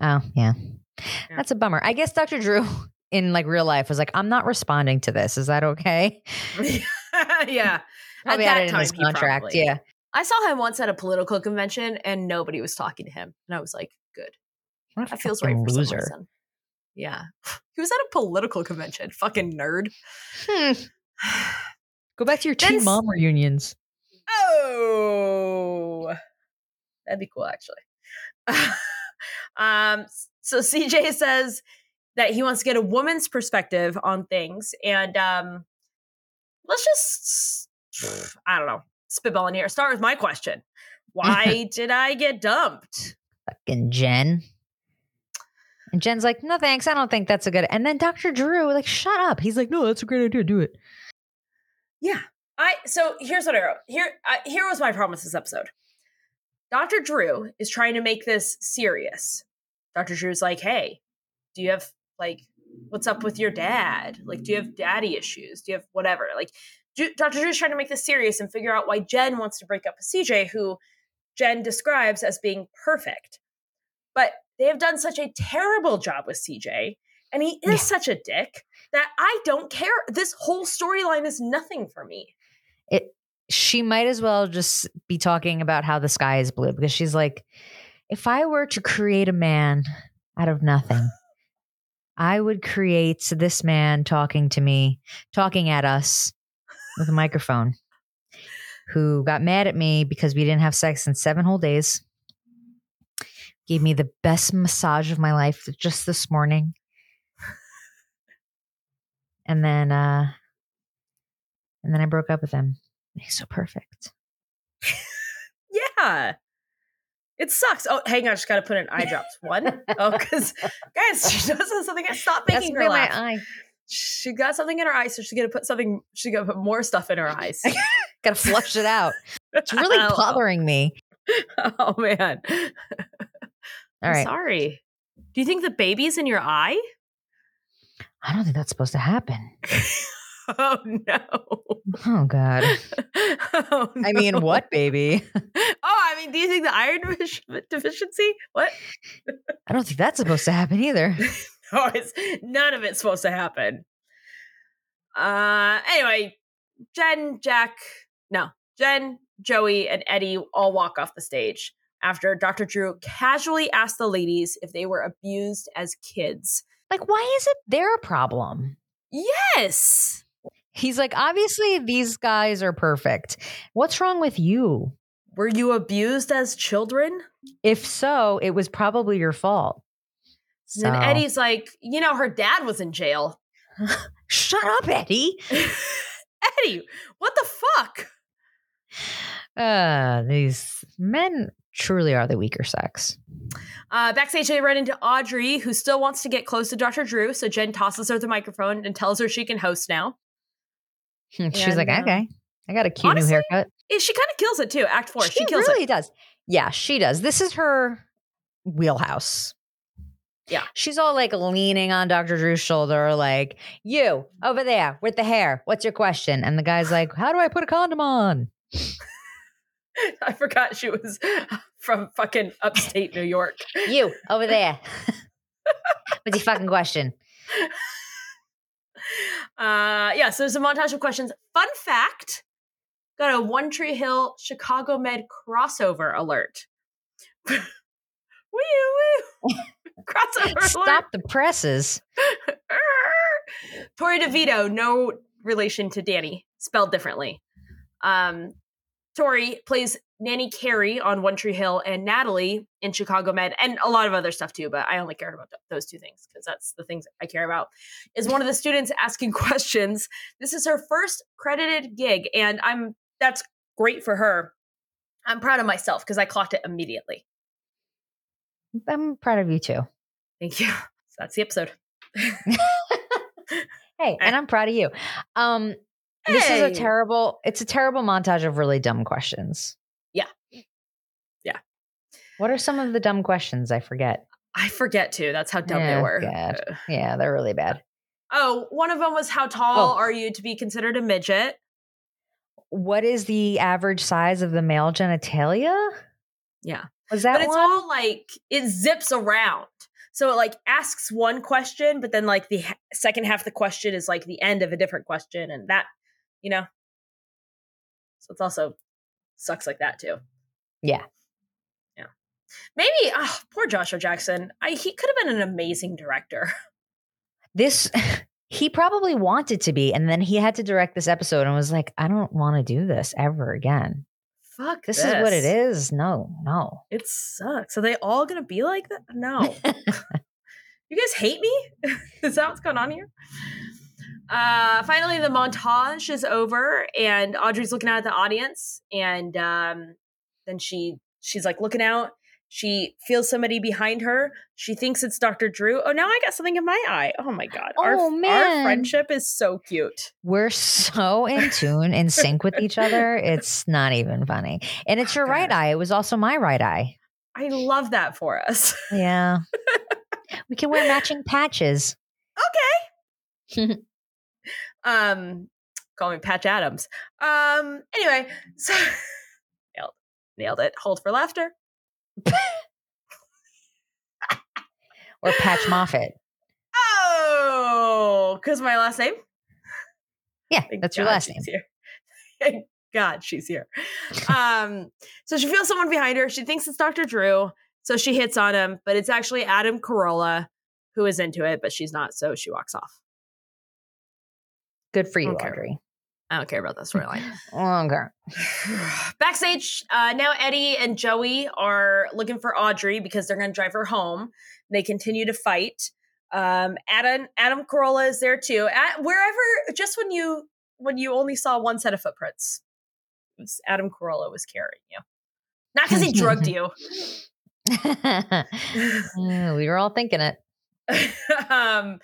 Speaker 2: Oh, yeah.
Speaker 1: Yeah.
Speaker 2: That's a bummer. I guess Dr. Drew *laughs* in like real life was like, I'm not responding to this. Is that okay? *laughs*
Speaker 1: yeah.
Speaker 2: Probably
Speaker 1: At that
Speaker 2: had it in his
Speaker 1: time, he
Speaker 2: contract.
Speaker 1: probably-
Speaker 2: Yeah.
Speaker 1: I saw him once at a political convention and nobody was talking to him. And I was like, good.
Speaker 2: What a
Speaker 1: That feels right
Speaker 2: fucking
Speaker 1: for some
Speaker 2: loser.
Speaker 1: reason. Yeah. *laughs* He was at a political convention. Fucking nerd.
Speaker 2: Hmm. *laughs* Go back to your teen
Speaker 1: That's-
Speaker 2: mom reunions.
Speaker 1: Oh, that'd be cool, actually. *laughs* um, so CJ says that he wants to get a woman's perspective on things, and um, let's just, *sighs* I don't know, spitball in here. Start with my question: Why did I get dumped?
Speaker 2: Fucking Jen. And Jen's like, no thanks, I don't think that's a good. And then Dr. Drew, like, shut up. He's like, no, that's a great idea. Do it.
Speaker 1: Yeah, I. So here's what I wrote. Here, I, here was my problem with this episode. Dr. Drew is trying to make this serious. Dr. Drew's like, hey, do you have like what's up with your dad? Like, do you have daddy issues? Do you have whatever? Like, Ju- Dr. Drew's trying to make this serious and figure out why Jen wants to break up with CJ, who Jen describes as being perfect. But they have done such a terrible job with CJ, and he is
Speaker 2: Yeah.
Speaker 1: such a dick that I don't care. This whole storyline is nothing for me.
Speaker 2: she might as well just be talking about how the sky is blue because she's like, if I were to create a man out of nothing, I would create this man talking to me, talking at us with a microphone, who got mad at me because we didn't have sex in seven whole days. Gave me the best massage of my life just this morning. And then uh and then I broke up with him. He's so perfect.
Speaker 1: Yeah. It sucks. Oh, hang on, I just gotta put in eye drops. One. Oh,
Speaker 2: *laughs*
Speaker 1: because guys, she does have something. Stop making her laugh.
Speaker 2: eye.
Speaker 1: She got something in her eye, so she's gonna put something. She's gonna put more stuff in her eyes.
Speaker 2: Gotta flush it *laughs* out. *laughs* It's really
Speaker 1: *laughs* Oh.
Speaker 2: bothering me.
Speaker 1: Oh man.
Speaker 2: All right.
Speaker 1: Sorry. Do you think the baby's in your eye? *laughs*
Speaker 2: I don't think that's supposed to happen.
Speaker 1: Oh no. *laughs*
Speaker 2: Oh *laughs* God.
Speaker 1: oh,
Speaker 2: I mean,
Speaker 1: no.
Speaker 2: what, baby? *laughs*
Speaker 1: Oh, I mean, do you think the iron *laughs* defici- deficiency? What?
Speaker 2: I don't think that's supposed to happen either.
Speaker 1: No, it's none of it's supposed to happen. Uh anyway, Jen, Jack, no, Jen, Joey, and Eddie all walk off the stage after Dr. Drew casually asked the ladies if they were abused as kids.
Speaker 2: Like, why is it their problem?
Speaker 1: Yes.
Speaker 2: He's like, obviously, these guys are perfect. What's wrong with you?
Speaker 1: Were you abused as children?
Speaker 2: If so, it was probably your fault. So,
Speaker 1: And then Eddie's like, you know, her dad was in jail. *laughs*
Speaker 2: shut up, Eddie.
Speaker 1: Eddie, what the fuck?
Speaker 2: Uh, these men truly are the weaker sex. *laughs*
Speaker 1: Uh, backstage, they run into Audrey, who still wants to get close to Dr. Drew. So Jen tosses her the microphone and tells her she can host now.
Speaker 2: She's
Speaker 1: And,
Speaker 2: like,
Speaker 1: uh,
Speaker 2: okay, I got a cute
Speaker 1: honestly,
Speaker 2: new haircut.
Speaker 1: Eh, She kind of kills it too. Act four, she, kills
Speaker 2: really
Speaker 1: it.
Speaker 2: does. Yeah, she does. This is her wheelhouse.
Speaker 1: Yeah.
Speaker 2: She's all like leaning on Dr. Drew's shoulder, like, you over there with the hair, what's your question? And the guy's like, how do I put a condom on?
Speaker 1: *laughs* I forgot she was *laughs* from fucking upstate New York.
Speaker 2: You over there. *laughs* what's your
Speaker 1: *laughs*
Speaker 2: fucking question?
Speaker 1: Uh, yeah, so there's a montage of questions. Fun fact got a One Tree Hill Chicago Med crossover alert. *laughs* wee wee.
Speaker 2: *laughs*
Speaker 1: crossover alert.
Speaker 2: Stop the presses.
Speaker 1: Err. Tori DeVito, no relation to Danny, spelled differently. Um, Tori plays Nanny Carey on One Tree Hill and Natalie in Chicago Med, and a lot of other stuff too, but I only cared about th- those two things because that's the things I care about. Is one of the students asking *laughs* questions. This is her first credited gig, and I'm that's great for her. I'm proud of myself because I clocked it immediately.
Speaker 2: I'm proud of you too.
Speaker 1: Thank you. *laughs* So that's the episode.
Speaker 2: Hey,
Speaker 1: Eh.
Speaker 2: and I'm proud of you. Um, This is a
Speaker 1: Hey!
Speaker 2: terrible, it's a terrible montage of really dumb questions.
Speaker 1: Yeah. Yeah.
Speaker 2: What are some of the dumb questions? I forget.
Speaker 1: I forget too. That's how dumb
Speaker 2: Oh,
Speaker 1: they were.
Speaker 2: God. Yeah, they're really bad.
Speaker 1: Oh, one of them was how tall
Speaker 2: Oh.
Speaker 1: are you to be considered a midget?
Speaker 2: What is the average size of the male genitalia?
Speaker 1: Yeah.
Speaker 2: Was
Speaker 1: But
Speaker 2: that
Speaker 1: it's
Speaker 2: one?
Speaker 1: all like it zips around. So it like asks one question, but then like the h- second half of the question is like the end of a different question and that, you know. So it's also sucks like that too.
Speaker 2: Yeah.
Speaker 1: Yeah. Maybe oh, poor Joshua Jackson. I he could have been an amazing director. *laughs*
Speaker 2: this *laughs* he probably wanted to be and then he had to direct this episode and was like i don't want to do this ever again
Speaker 1: Fuck.
Speaker 2: this, is what it is no no
Speaker 1: It sucks. Are they all gonna be like that?
Speaker 2: *laughs*
Speaker 1: No. you guys hate me? *laughs* is that what's going on here? Uh, finally, the montage is over, and Audrey's looking out at the audience, and um, then she she's like looking out. She feels somebody behind her. She thinks it's Dr. Drew. Oh, now I got something in my eye. Oh my god. Our-
Speaker 2: Oh,
Speaker 1: Our
Speaker 2: man.
Speaker 1: friendship is so cute.
Speaker 2: we're so in tune in sync with each other it's not even funny and it's your right eye it was also my right eye
Speaker 1: I love that for us.
Speaker 2: yeah we can wear matching patches
Speaker 1: okay. *laughs* um, call me Patch Adams. Um, anyway, so *laughs* nailed, nailed it. Hold for laughter.
Speaker 2: or patch moffat
Speaker 1: Oh, because my last name.
Speaker 2: yeah
Speaker 1: *laughs* Thank
Speaker 2: that's your
Speaker 1: God
Speaker 2: last name
Speaker 1: she's here. *laughs* Thank God she's here. um, so she feels someone behind her. She thinks it's Dr. Drew, so she hits on him, but it's actually Adam Carolla who is into it, but she's not, so she walks off.
Speaker 2: good for you
Speaker 1: Okay.
Speaker 2: audrey
Speaker 1: I don't care about that storyline.
Speaker 2: longer *laughs*
Speaker 1: *sighs* Backstage, uh, now Eddie and Joey are looking for Audrey because they're going to drive her home. They continue to fight. Um, Adam Adam Carolla is there too. At, wherever, just when you when you only saw one set of footprints, it was Adam Carolla was carrying you, not because he drugged you.
Speaker 2: Mm, we were all thinking it
Speaker 1: *laughs* um,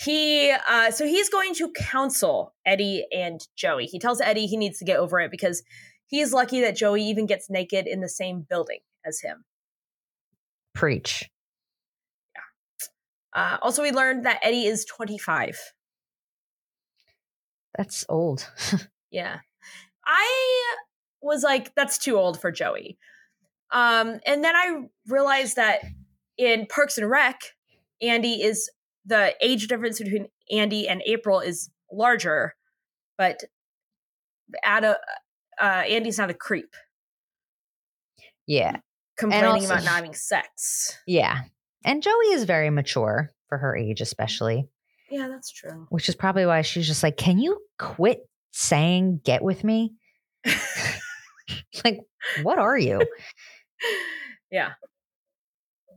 Speaker 1: he uh, so he's going to counsel Eddie and Joey. He tells Eddie he needs to get over it because he's lucky that Joey even gets naked in the same building as him.
Speaker 2: preach
Speaker 1: Uh, also, we learned that Eddie is 25.
Speaker 2: that's old *laughs*
Speaker 1: Yeah. I was like, that's too old for Joey. Um, and then I realized that in Parks and Rec, Andy is the age difference between Andy and April is larger, but at a, uh, Andy's not a creep
Speaker 2: yeah
Speaker 1: complaining
Speaker 2: also-
Speaker 1: about not having sex.
Speaker 2: yeah and joey is very mature for her age especially
Speaker 1: Yeah, that's true.
Speaker 2: which is probably why she's just like, "Can you quit saying get with me?" *laughs* like, what are you?
Speaker 1: yeah.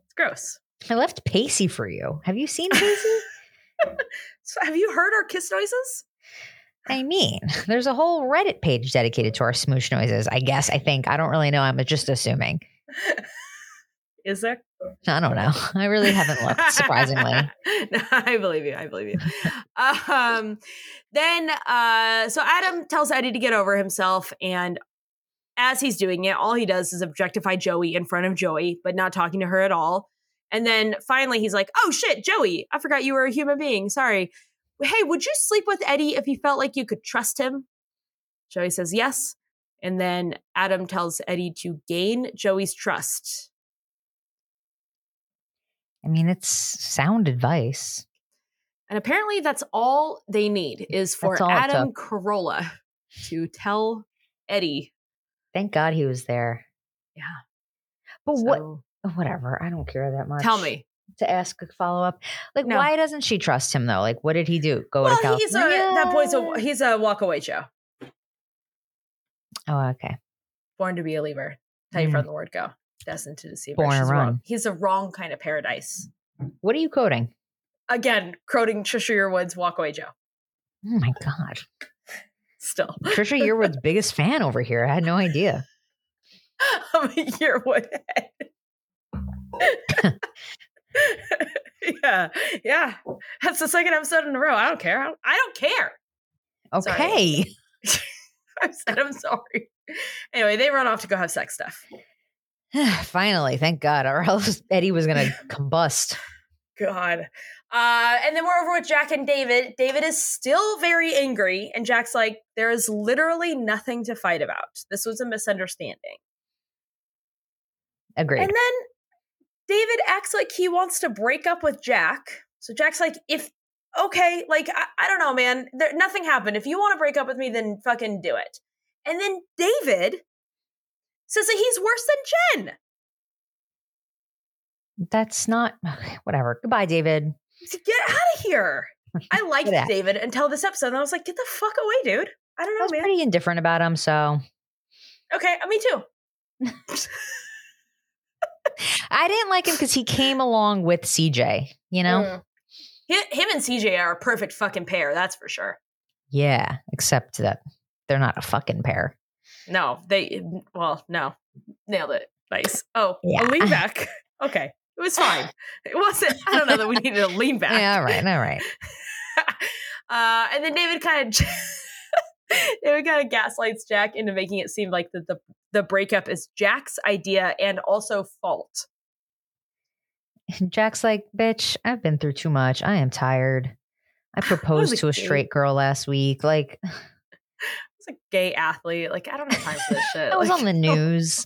Speaker 1: It's *laughs* gross.
Speaker 2: I left Pacey for you. Have you seen Pacey?
Speaker 1: So have you heard our kiss noises? *laughs*
Speaker 2: I mean, there's a whole Reddit page dedicated to our smoosh noises. I guess I think I don't really know. I'm just assuming.
Speaker 1: Is there?
Speaker 2: I don't know. *laughs* I really haven't
Speaker 1: *laughs*
Speaker 2: looked. Surprisingly,
Speaker 1: No, I believe you. I believe you. um, then, uh, so Adam tells Eddie to get over himself, and as he's doing it, all he does is objectify Joey in front of Joey, but not talking to her at all. And then finally, he's like, "Oh shit, Joey! I forgot you were a human being. Sorry. Hey, would you sleep with Eddie if you felt like you could trust him?" Joey says yes, and then Adam tells Eddie to gain Joey's trust.
Speaker 2: I mean, it's sound advice.
Speaker 1: And apparently, that's all they need is for
Speaker 2: That's all it
Speaker 1: Adam Carolla to tell Eddie.
Speaker 2: Thank God he was there.
Speaker 1: Yeah.
Speaker 2: But what?
Speaker 1: So,
Speaker 2: Whatever. I don't care that much.
Speaker 1: Tell me.
Speaker 2: to ask a follow up. Like,
Speaker 1: No.
Speaker 2: why doesn't she trust him though? Like, what did he do? Go to
Speaker 1: Well,
Speaker 2: California?
Speaker 1: he's a that boy's a he's a walk away Joe,
Speaker 2: Oh, okay.
Speaker 1: born to be a lever. Tell you
Speaker 2: Mm.
Speaker 1: from the word go, destined to deceive. her.
Speaker 2: Born
Speaker 1: She's
Speaker 2: to run.
Speaker 1: wrong. He's the wrong kind of paradise.
Speaker 2: What are you quoting?
Speaker 1: Again, quoting Cheshire Woods, walk away Joe.
Speaker 2: Oh my God.
Speaker 1: Still, *laughs*
Speaker 2: Trisha Yearwood's biggest fan over here. I had no idea.
Speaker 1: I'm a year woodhead.
Speaker 2: *laughs*
Speaker 1: *laughs* yeah, yeah. That's the second episode in a row. I don't care. I don't, I don't care. Sorry.
Speaker 2: Okay.
Speaker 1: *laughs* I said I'm sorry. Anyway, they run off to go have sex stuff.
Speaker 2: *sighs* Finally, thank God, or else Eddie was going to combust.
Speaker 1: God. Uh, and then we're over with Jack and David. David is still very angry, and Jack's like, "There is literally nothing to fight about. This was a misunderstanding."
Speaker 2: Agreed.
Speaker 1: And then David acts like he wants to break up with Jack. So Jack's like, "If okay, like I, I don't know, man. There, nothing happened. If you want to break up with me, then fucking do it." And then David says that he's worse than Jen.
Speaker 2: *sighs*
Speaker 1: Oh,
Speaker 2: That's not okay, whatever. Goodbye, David.
Speaker 1: Get out of here. I liked
Speaker 2: *laughs* Get out.
Speaker 1: David until this episode. And I was like, get the fuck away, dude. I don't
Speaker 2: I
Speaker 1: know,
Speaker 2: was
Speaker 1: man.
Speaker 2: pretty indifferent about him, so
Speaker 1: okay, uh, me too.
Speaker 2: I didn't like him because he came along with CJ. You know,
Speaker 1: Mm. Hi- Him and CJ are a perfect fucking pair, that's for sure.
Speaker 2: yeah. Except that they're not a fucking pair.
Speaker 1: No, they, well, no. Nailed it. Nice. Oh,
Speaker 2: Yeah.
Speaker 1: a
Speaker 2: *laughs*
Speaker 1: lean back. *laughs* Okay. It was fine. It wasn't, I don't know that we needed a lean back.
Speaker 2: *laughs* Yeah, all right, all right.
Speaker 1: *laughs* uh, and then David kind of *laughs* David kind of gaslights Jack into making it seem like that the the breakup is Jack's idea and also fault.
Speaker 2: Jack's like, bitch, I've been through too much. I am tired.
Speaker 1: *laughs*
Speaker 2: I proposed
Speaker 1: like,
Speaker 2: to a
Speaker 1: "Dude."
Speaker 2: straight girl last week. Like, *laughs*
Speaker 1: It's a gay athlete. Like I don't have time for this shit. *laughs*
Speaker 2: I was
Speaker 1: Like, oh.
Speaker 2: on
Speaker 1: *laughs*
Speaker 2: the news.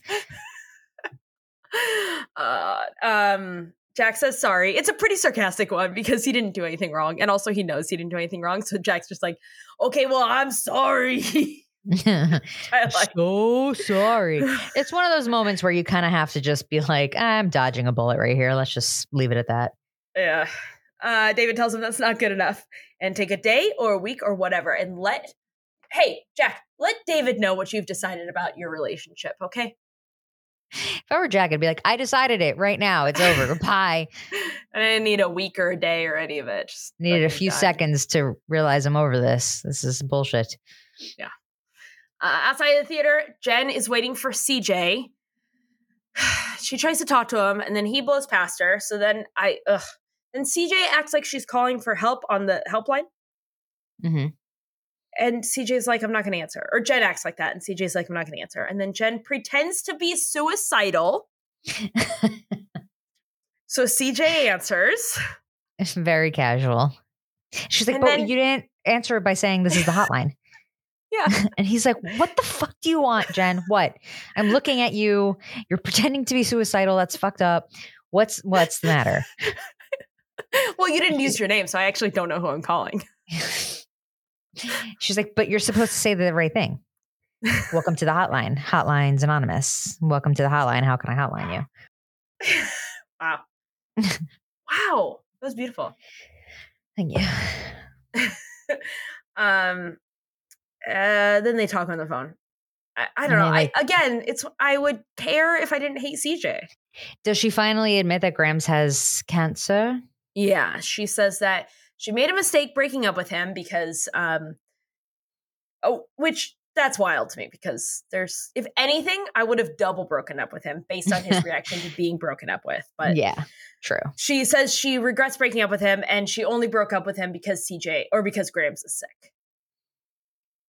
Speaker 1: Uh, um, Jack says sorry. It's a pretty sarcastic one because he didn't do anything wrong, and also he knows he didn't do anything wrong. So Jack's just like, okay, well, I'm sorry. *laughs*
Speaker 2: *laughs*
Speaker 1: I like.
Speaker 2: so sorry.
Speaker 1: *laughs*
Speaker 2: It's one of those moments where you kind of have to just be like, I'm dodging a bullet right here. Let's just leave it at that.
Speaker 1: *sighs* Yeah. Uh, David tells him that's not good enough and take a day or a week or whatever and let, hey, Jack, let David know what you've decided about your relationship, okay? *laughs*
Speaker 2: If I were Jack, I'd be like, I decided it right now. It's over. Goodbye.
Speaker 1: *laughs* I didn't need a week or a day or any of it. Just
Speaker 2: Needed a
Speaker 1: fucking
Speaker 2: few
Speaker 1: done.
Speaker 2: seconds to realize I'm over this. This is bullshit.
Speaker 1: Uh, outside of the theater, Jen is waiting for CJ. *sighs* she tries to talk to him and then he blows past her. So then I, ugh. And CJ acts like she's calling for help on the helpline. Mm-hmm.
Speaker 2: hmm
Speaker 1: And CJ's like, I'm not going to answer. Or Jen acts like that. And CJ's like, I'm not going to answer. And then Jen pretends to be *laughs* suicidal. so CJ answers.
Speaker 2: It's very casual. She's like,
Speaker 1: And
Speaker 2: but
Speaker 1: then-
Speaker 2: you didn't answer by saying this
Speaker 1: *laughs*
Speaker 2: is the hotline.
Speaker 1: Yeah.
Speaker 2: *laughs* and he's like, what the fuck do you want, Jen? What? I'm looking at you. You're pretending to be suicidal. That's fucked up. What's what's the matter?
Speaker 1: Well, you didn't *laughs* use your name, so I actually don't know who I'm calling.
Speaker 2: She's like, but you're supposed to say the right thing. Welcome to the hotline. Hotline's anonymous. Welcome to the hotline. How can I hotline you?
Speaker 1: wow. wow. That was beautiful.
Speaker 2: Thank you.
Speaker 1: Um, uh, then they talk on the phone. I, I don't
Speaker 2: And
Speaker 1: know.
Speaker 2: they,
Speaker 1: I,
Speaker 2: like-
Speaker 1: again, it's I would care if I didn't hate CJ.
Speaker 2: Does she finally admit that Grams has cancer?
Speaker 1: Yeah, she says that she made a mistake breaking up with him because um oh, which that's wild to me because there's if anything, I would have double broken up with him based on *laughs* his reaction to being broken up with. But
Speaker 2: yeah, true.
Speaker 1: she says she regrets breaking up with him and she only broke up with him because CJ or because Grams is sick.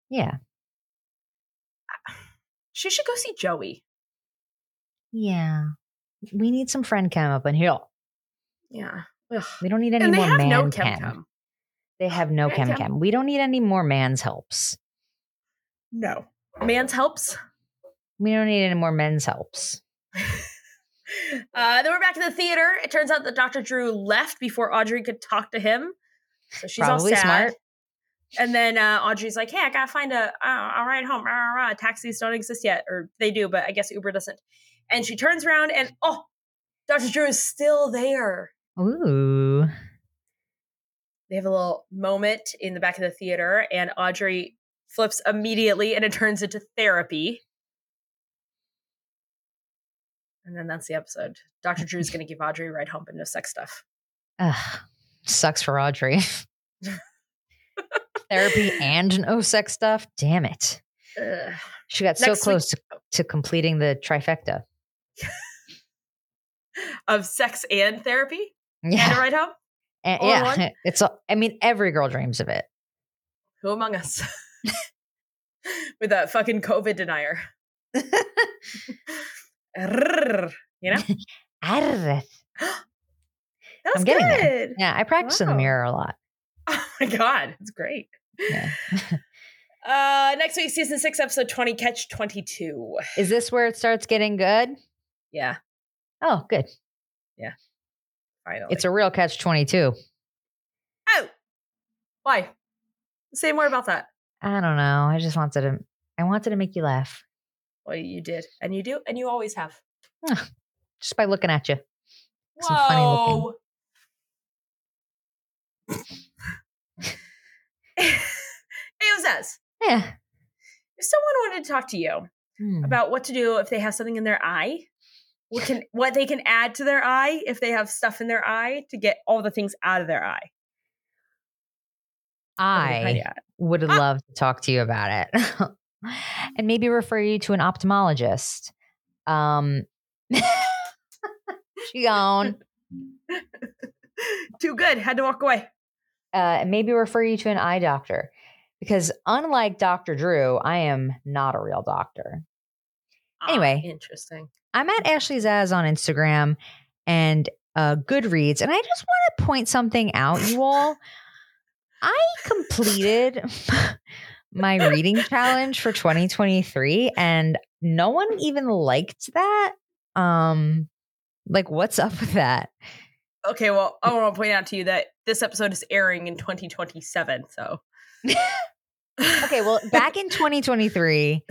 Speaker 2: Yeah,
Speaker 1: She should go see Joey.
Speaker 2: yeah. We need some friend cam up in here.
Speaker 1: Yeah. Ugh.
Speaker 2: We don't need any
Speaker 1: And they
Speaker 2: more
Speaker 1: have
Speaker 2: man
Speaker 1: no
Speaker 2: cam.
Speaker 1: chem chem.
Speaker 2: They have no
Speaker 1: Man
Speaker 2: chem
Speaker 1: cam.
Speaker 2: cam. We don't need any more man's helps.
Speaker 1: No. Man's helps.
Speaker 2: We don't need any more men's helps.
Speaker 1: Uh, then we're back in the theater. It turns out that Dr. Drew left before Audrey could talk to him. So she's all
Speaker 2: Probably
Speaker 1: sad.
Speaker 2: smart.
Speaker 1: And then uh, Audrey's like, hey, I gotta find a, uh, a ride home. Rah, rah, rah. Taxis don't exist yet. Or they do, but I guess Uber doesn't. And she turns around and, oh, Dr. Drew is still there.
Speaker 2: Ooh.
Speaker 1: They have a little moment in the back of the theater, and Audrey flips immediately and it turns into therapy. And then that's the episode. Dr.
Speaker 2: *laughs*
Speaker 1: Drew's gonna give Audrey a ride home, but no sex stuff.
Speaker 2: Ugh, sucks for Audrey. *laughs*
Speaker 1: *laughs*
Speaker 2: Therapy and no sex stuff. Damn it.
Speaker 1: Ugh.
Speaker 2: She got
Speaker 1: Next
Speaker 2: so
Speaker 1: week-
Speaker 2: close to, to completing the trifecta. *laughs*
Speaker 1: of sex and therapy and a
Speaker 2: Yeah.
Speaker 1: ride home?
Speaker 2: And-
Speaker 1: all in
Speaker 2: yeah.
Speaker 1: one?
Speaker 2: *laughs* It's, all- I mean, every girl dreams of it.
Speaker 1: Who among
Speaker 2: *laughs*
Speaker 1: us? With a fucking COVID
Speaker 2: *laughs*
Speaker 1: denier. Rrrr, you know?
Speaker 2: Arrgh.
Speaker 1: That was
Speaker 2: I'm
Speaker 1: good.
Speaker 2: getting there. Yeah. I practice in the
Speaker 1: Wow.
Speaker 2: mirror a lot.
Speaker 1: *laughs* Oh my God. It's great.
Speaker 2: Yeah.
Speaker 1: *laughs* uh next week, season six, episode 20, catch 22.
Speaker 2: Is this where it starts getting good?
Speaker 1: Yeah,
Speaker 2: Oh, good.
Speaker 1: finally.
Speaker 2: It's a real catch 22.
Speaker 1: oh. Why? Say more about that.
Speaker 2: I don't know. I just wanted to, I wanted to make you laugh
Speaker 1: Well, you did. And you do, and you always have.
Speaker 2: just by looking at you.
Speaker 1: Whoa.
Speaker 2: Some funny looking- *laughs*
Speaker 1: *laughs*
Speaker 2: Yeah.
Speaker 1: If someone wanted to talk to you
Speaker 2: Hmm.
Speaker 1: about what to do if they have something in their eye, what can what they can add to their eye if they have stuff in their eye to get all the things out of their eye.
Speaker 2: I
Speaker 1: Yeah.
Speaker 2: would
Speaker 1: Ah.
Speaker 2: love to talk to you about it *laughs* and maybe refer you to an ophthalmologist. Um, *laughs* uh, she gone.
Speaker 1: Too good. Had to walk away.
Speaker 2: uh, and maybe refer you to an eye doctor because unlike Dr. Drew, I am not a real doctor.
Speaker 1: Ah,
Speaker 2: Anyway.
Speaker 1: interesting.
Speaker 2: I'm at Ashley Zaz on Instagram and uh, Goodreads. And I just want to point something out, you all. I completed *laughs* my reading challenge for 2023 and no one even liked that. Um, like, what's up with that?
Speaker 1: Okay, well, I want to point out to you that this episode is airing in 2027.
Speaker 2: *laughs*
Speaker 1: So, Uh,
Speaker 2: Okay, well, back in 2023,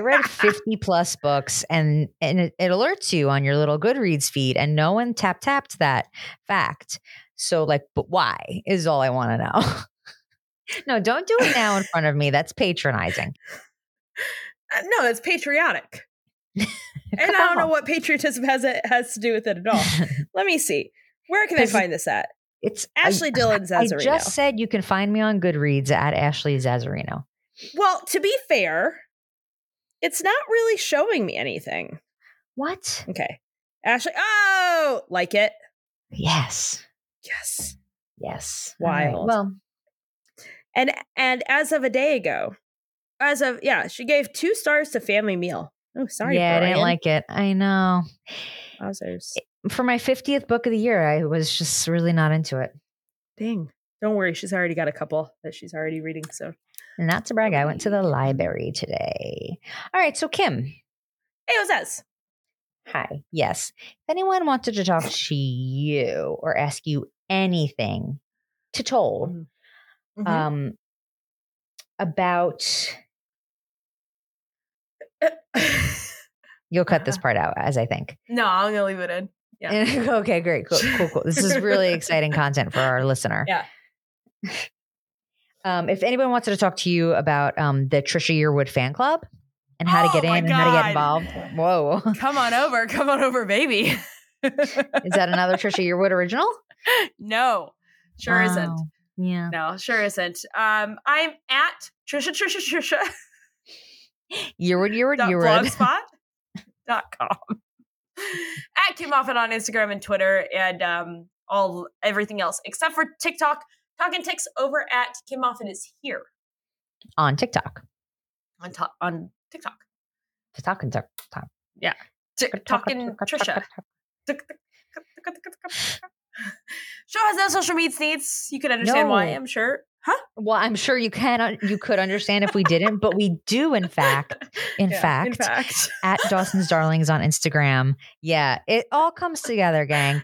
Speaker 1: *laughs*
Speaker 2: read 50 plus books and and it, it alerts you on your little Goodreads feed and no one tap tapped that fact. So like, but why is all I want to know. *laughs* no, don't do it now in front of me.
Speaker 1: *laughs*
Speaker 2: That's patronizing.
Speaker 1: Uh, no, it's
Speaker 2: *laughs*
Speaker 1: patriotic. and I don't know what patriotism has has to do with it at all. Let me see. Where can I
Speaker 2: 'Cause-
Speaker 1: find this at?
Speaker 2: *laughs* It's I-
Speaker 1: Ashley Dillon
Speaker 2: I
Speaker 1: Zazarino.
Speaker 2: just said you can find me on Goodreads at Ashley Zazarino.
Speaker 1: well, to be fair, it's not really showing me anything.
Speaker 2: What?
Speaker 1: Okay. Ashley, oh, like it.
Speaker 2: Yes.
Speaker 1: Yes.
Speaker 2: Yes. All right,
Speaker 1: Wild.
Speaker 2: Well,
Speaker 1: And and as of a day ago, as of yeah, she gave two stars to Family Meal. Oh, sorry.
Speaker 2: yeah, I
Speaker 1: Brian.
Speaker 2: didn't like it. I know.
Speaker 1: Wowzers.
Speaker 2: For my 50th book of the year, I was just really not into it.
Speaker 1: Dang. Don't worry, she's already got a couple that she's already reading. So
Speaker 2: Not to brag, I went to the library today. All right, so Kim.
Speaker 1: hey, what's that?
Speaker 2: Hi. Yes. If anyone wanted to talk to you or ask you anything to told
Speaker 1: Mhm. *laughs*
Speaker 2: um, about, you'll cut
Speaker 1: Uh-huh.
Speaker 2: this part out as I think.
Speaker 1: no, I'm gonna leave it in.
Speaker 2: *laughs* okay, great. Cool, cool, cool. This is
Speaker 1: *laughs*
Speaker 2: really exciting content for our listener.
Speaker 1: Yeah.
Speaker 2: Um, if anyone wanted to talk to you about um, the Trisha Yearwood fan club and how to
Speaker 1: Oh
Speaker 2: get in
Speaker 1: my
Speaker 2: and how to get
Speaker 1: God.
Speaker 2: involved, whoa.
Speaker 1: Come on over, come on over, baby. *laughs*
Speaker 2: Is that another Trisha Yearwood original?
Speaker 1: no, sure isn't.
Speaker 2: Wow. Yeah.
Speaker 1: No, sure isn't. Um, I'm at Trisha Trisha Trisha
Speaker 2: Yearwood, Yearwood,
Speaker 1: dot
Speaker 2: Yearwood.
Speaker 1: blogspot dot com. At Kim Moffat on Instagram and Twitter and um all everything else except for TikTok. Talking ticks over at Kim Moffat is here
Speaker 2: *laughs* On TikTok.
Speaker 1: on to- on TikTok.
Speaker 2: TikTok and Tok- Tok-
Speaker 1: Tick-
Speaker 2: Tok-
Speaker 1: Talking
Speaker 2: Tok- Tok-
Speaker 1: Trisha.
Speaker 2: Tok-
Speaker 1: Show has no social media needs. You can understand why,
Speaker 2: No.
Speaker 1: I'm sure. Huh?
Speaker 2: Well, I'm sure you can uh, you could understand if we didn't, but we do in fact,
Speaker 1: *laughs*
Speaker 2: in
Speaker 1: Yeah,
Speaker 2: fact,
Speaker 1: In fact. *laughs*
Speaker 2: at Dawson's Darlings on Instagram. Yeah, it all comes together, gang.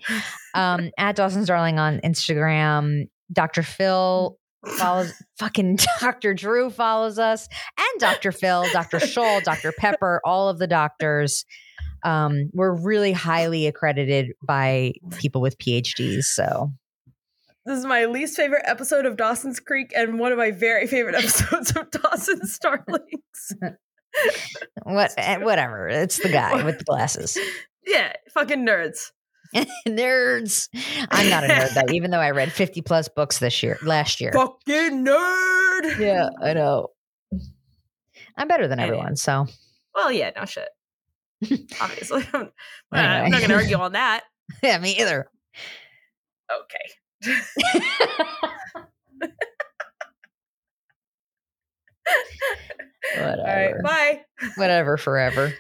Speaker 2: Um at Dawson's Darling on Instagram, Dr. Phil follows fucking *laughs* Dr. Drew follows us and Dr. Phil, Dr. Scholl, Dr. Pepper, all of the doctors. Um, we're really highly accredited by people with PhDs. So
Speaker 1: This is my least favorite episode of Dawson's Creek and one of my very favorite *laughs* episodes of Dawson's
Speaker 2: *laughs*
Speaker 1: Starlings.
Speaker 2: what eh, whatever. It's the guy with the glasses.
Speaker 1: yeah, fucking nerds.
Speaker 2: Nerds. I'm not a nerd though, even though I read 50 plus books this year, last year.
Speaker 1: Fucking nerd.
Speaker 2: Yeah, I know. I'm better than
Speaker 1: I know.
Speaker 2: everyone, so
Speaker 1: Well, yeah, no shit. Obviously. *laughs* I'm, uh, I'm not
Speaker 2: Anyway.
Speaker 1: going to argue on that.
Speaker 2: *laughs* yeah, me either.
Speaker 1: Okay. *laughs* All right.
Speaker 2: Whatever.
Speaker 1: Bye.
Speaker 2: Whatever forever.